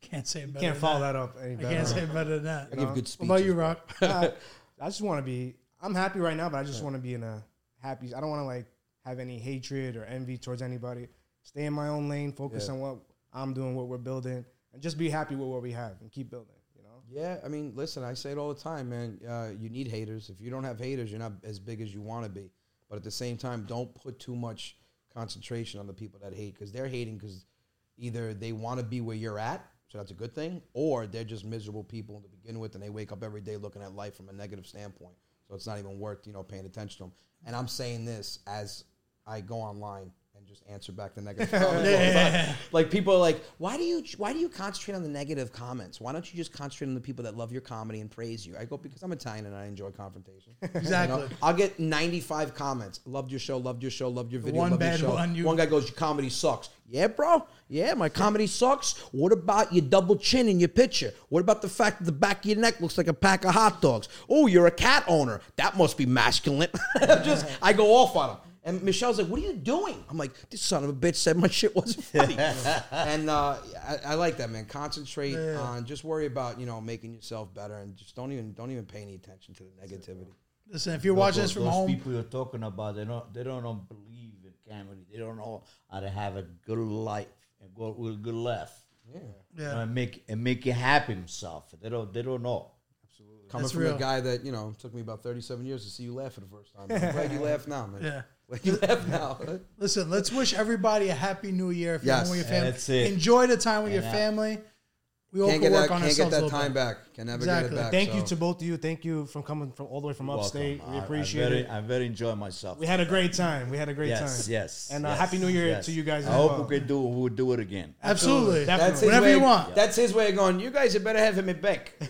can't say it better. Can't than follow that. that up any better. I can't say it better than that. I give good speeches. What about you, Rock? I just want to be. I'm happy right now, but I just want to be in a happy. I don't want to like have any hatred or envy towards anybody. Stay in my own lane. Focus on what I'm doing, what we're building, and just be happy with what we have and keep building. You know. Yeah, I mean, listen, I say it all the time, man. Uh, you need haters. If you don't have haters, you're not as big as you want to be. But at the same time, don't put too much concentration on the people that hate because they're hating because either they want to be where you're at, so that's a good thing, or they're just miserable people to begin with, and they wake up every day looking at life from a negative standpoint. So it's not even worth you know paying attention to them. And I'm saying this as I go online and just answer back the negative comments. Like people are like, why do you why do you concentrate on the negative comments? Why don't you just concentrate on the people that love your comedy and praise you? I go because I'm Italian and I enjoy confrontation. Exactly. You know, I'll get 95 comments. Loved your show. Loved your show. Loved your video. one loved bad your show. one, you- one guy goes, your comedy sucks. Yeah, bro. Yeah, my comedy sucks. What about your double chin in your picture? What about the fact that the back of your neck looks like a pack of hot dogs? Oh, you're a cat owner. That must be masculine. Just I go off on him. And Michelle's like, "What are you doing?" I'm like, "This son of a bitch said my shit wasn't funny." and uh, I, I like that man. Concentrate on just worry about you know making yourself better, and just don't even don't even pay any attention to the negativity. Listen, if you're watching this those, from those home, people you're talking about, they don't they don't, don't believe in comedy. They don't know how to have a good life and go with a good laugh. Yeah. Yeah. And make and make it happy himself. They don't they don't know. Coming That's from real. a guy that you know took me about 37 years to see you laugh for the first time. I'm glad you laugh now, man. Yeah. Glad you laugh now. listen, let's wish everybody a happy new year. If you're Yes. home with your family, That's it. enjoy the time with your Yeah. family. We all can't can get work that, on can't get ourselves a that little time bit. back. Can never Exactly. get it back. Thank you so- to both of you. Thank you from coming from all the way from upstate. Welcome. We I- appreciate I very, it. I very enjoy myself. we had a great time. We had a great yes, time. yes. And uh, yes, happy New Year yes. to you guys. I as hope well. we can do we'll do it again. Absolutely. That's Definitely. his Whatever way- you want. That's his way of going. You guys had better have him at back.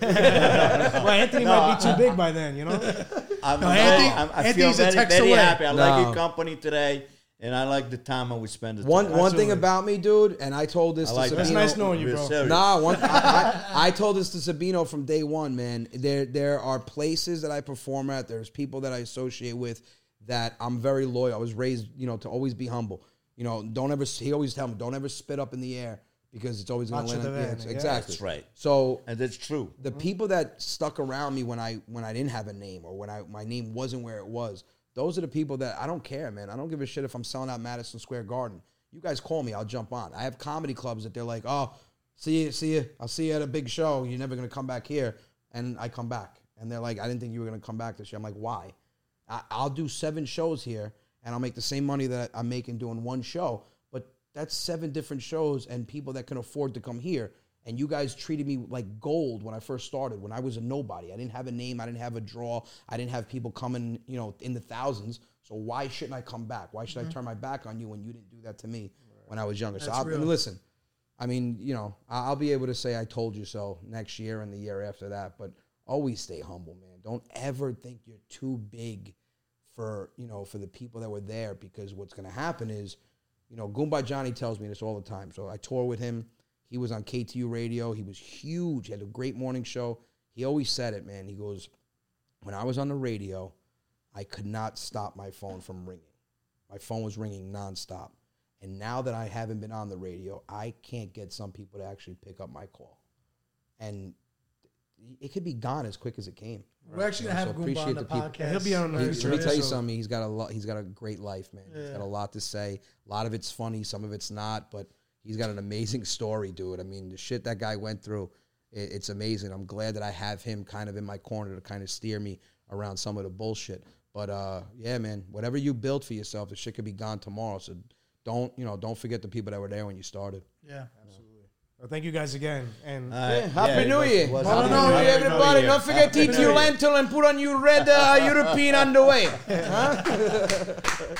well, Anthony might be too big by then, you know. I'm, No, very- Anthony- I'm, I feel Anthony's a very, text very away. happy. I like No. your company today, and I like the time we spend. it One together. one thing Absolutely. about me, dude, and I told this I to like Sabino. That's nice knowing you, We're bro. serious. Nah, one, I, I, I told this to Sabino from day one, man. There there are places that I perform at. There's people that I associate with that I'm very loyal. I was raised, you know, to always be humble. You know, don't ever. He always tell me, don't ever spit up in the air because it's always going to Faccia land. On, di yeah, bene, ex- yeah. exactly. That's right. So and that's true. the people that stuck around me when I when I didn't have a name or when I my name wasn't where it was, those are the people that I don't care, man. I don't give a shit if I'm selling out Madison Square Garden. You guys call me, I'll jump on. I have comedy clubs that they're like, oh, see you, see you, I'll see you at a big show. You're never gonna come back here, and I come back, and they're like, I didn't think you were gonna come back this year. I'm like, why? I, I'll do seven shows here, and I'll make the same money that I'm making doing one show, but that's seven different shows and people that can afford to come here. And you guys treated me like gold when I first started, when I was a nobody. I didn't have a name, I didn't have a draw, I didn't have people coming, you know, in the thousands. So why shouldn't I come back? Why should I turn my back on you when you didn't do that to me when I was younger? so I, I mean, listen, I mean, you know, I- I'll be able to say I told you so next year and the year after that, but always stay humble, man. Don't ever think you're too big for, you know, for the people that were there because what's going to happen is, you know, Goomba Johnny tells me this all the time. So I tour with him. He was on KTU radio. He was huge. He had a great morning show. He always said it, man. He goes, when I was on the radio, I could not stop my phone from ringing. My phone was ringing nonstop. And now that I haven't been on the radio, I can't get some people to actually pick up my call. And it could be gone as quick as it came. We're actually gonna So have Goomba on appreciate the, the people. podcast. He'll be on the Let me- future let me tell you episode. something. He's got a lot. He's got a great life, man. He's got a lot to say. A lot of it's funny, some of it's not, but he's got an amazing story, dude. I mean, the shit that guy went through, it, it's amazing. I'm glad that I have him kind of in my corner to kind of steer me around some of the bullshit. But uh, yeah, man, whatever you built for yourself, the shit could be gone tomorrow. So don't you know? Don't forget the people that were there when you started. Yeah. Well, thank you guys again. And All right. Happy it New was- Year. was- Happy Happy New New Year, everybody. Year. Don't forget to Happy eat New your Year. lentil and put on your red uh, European underwear.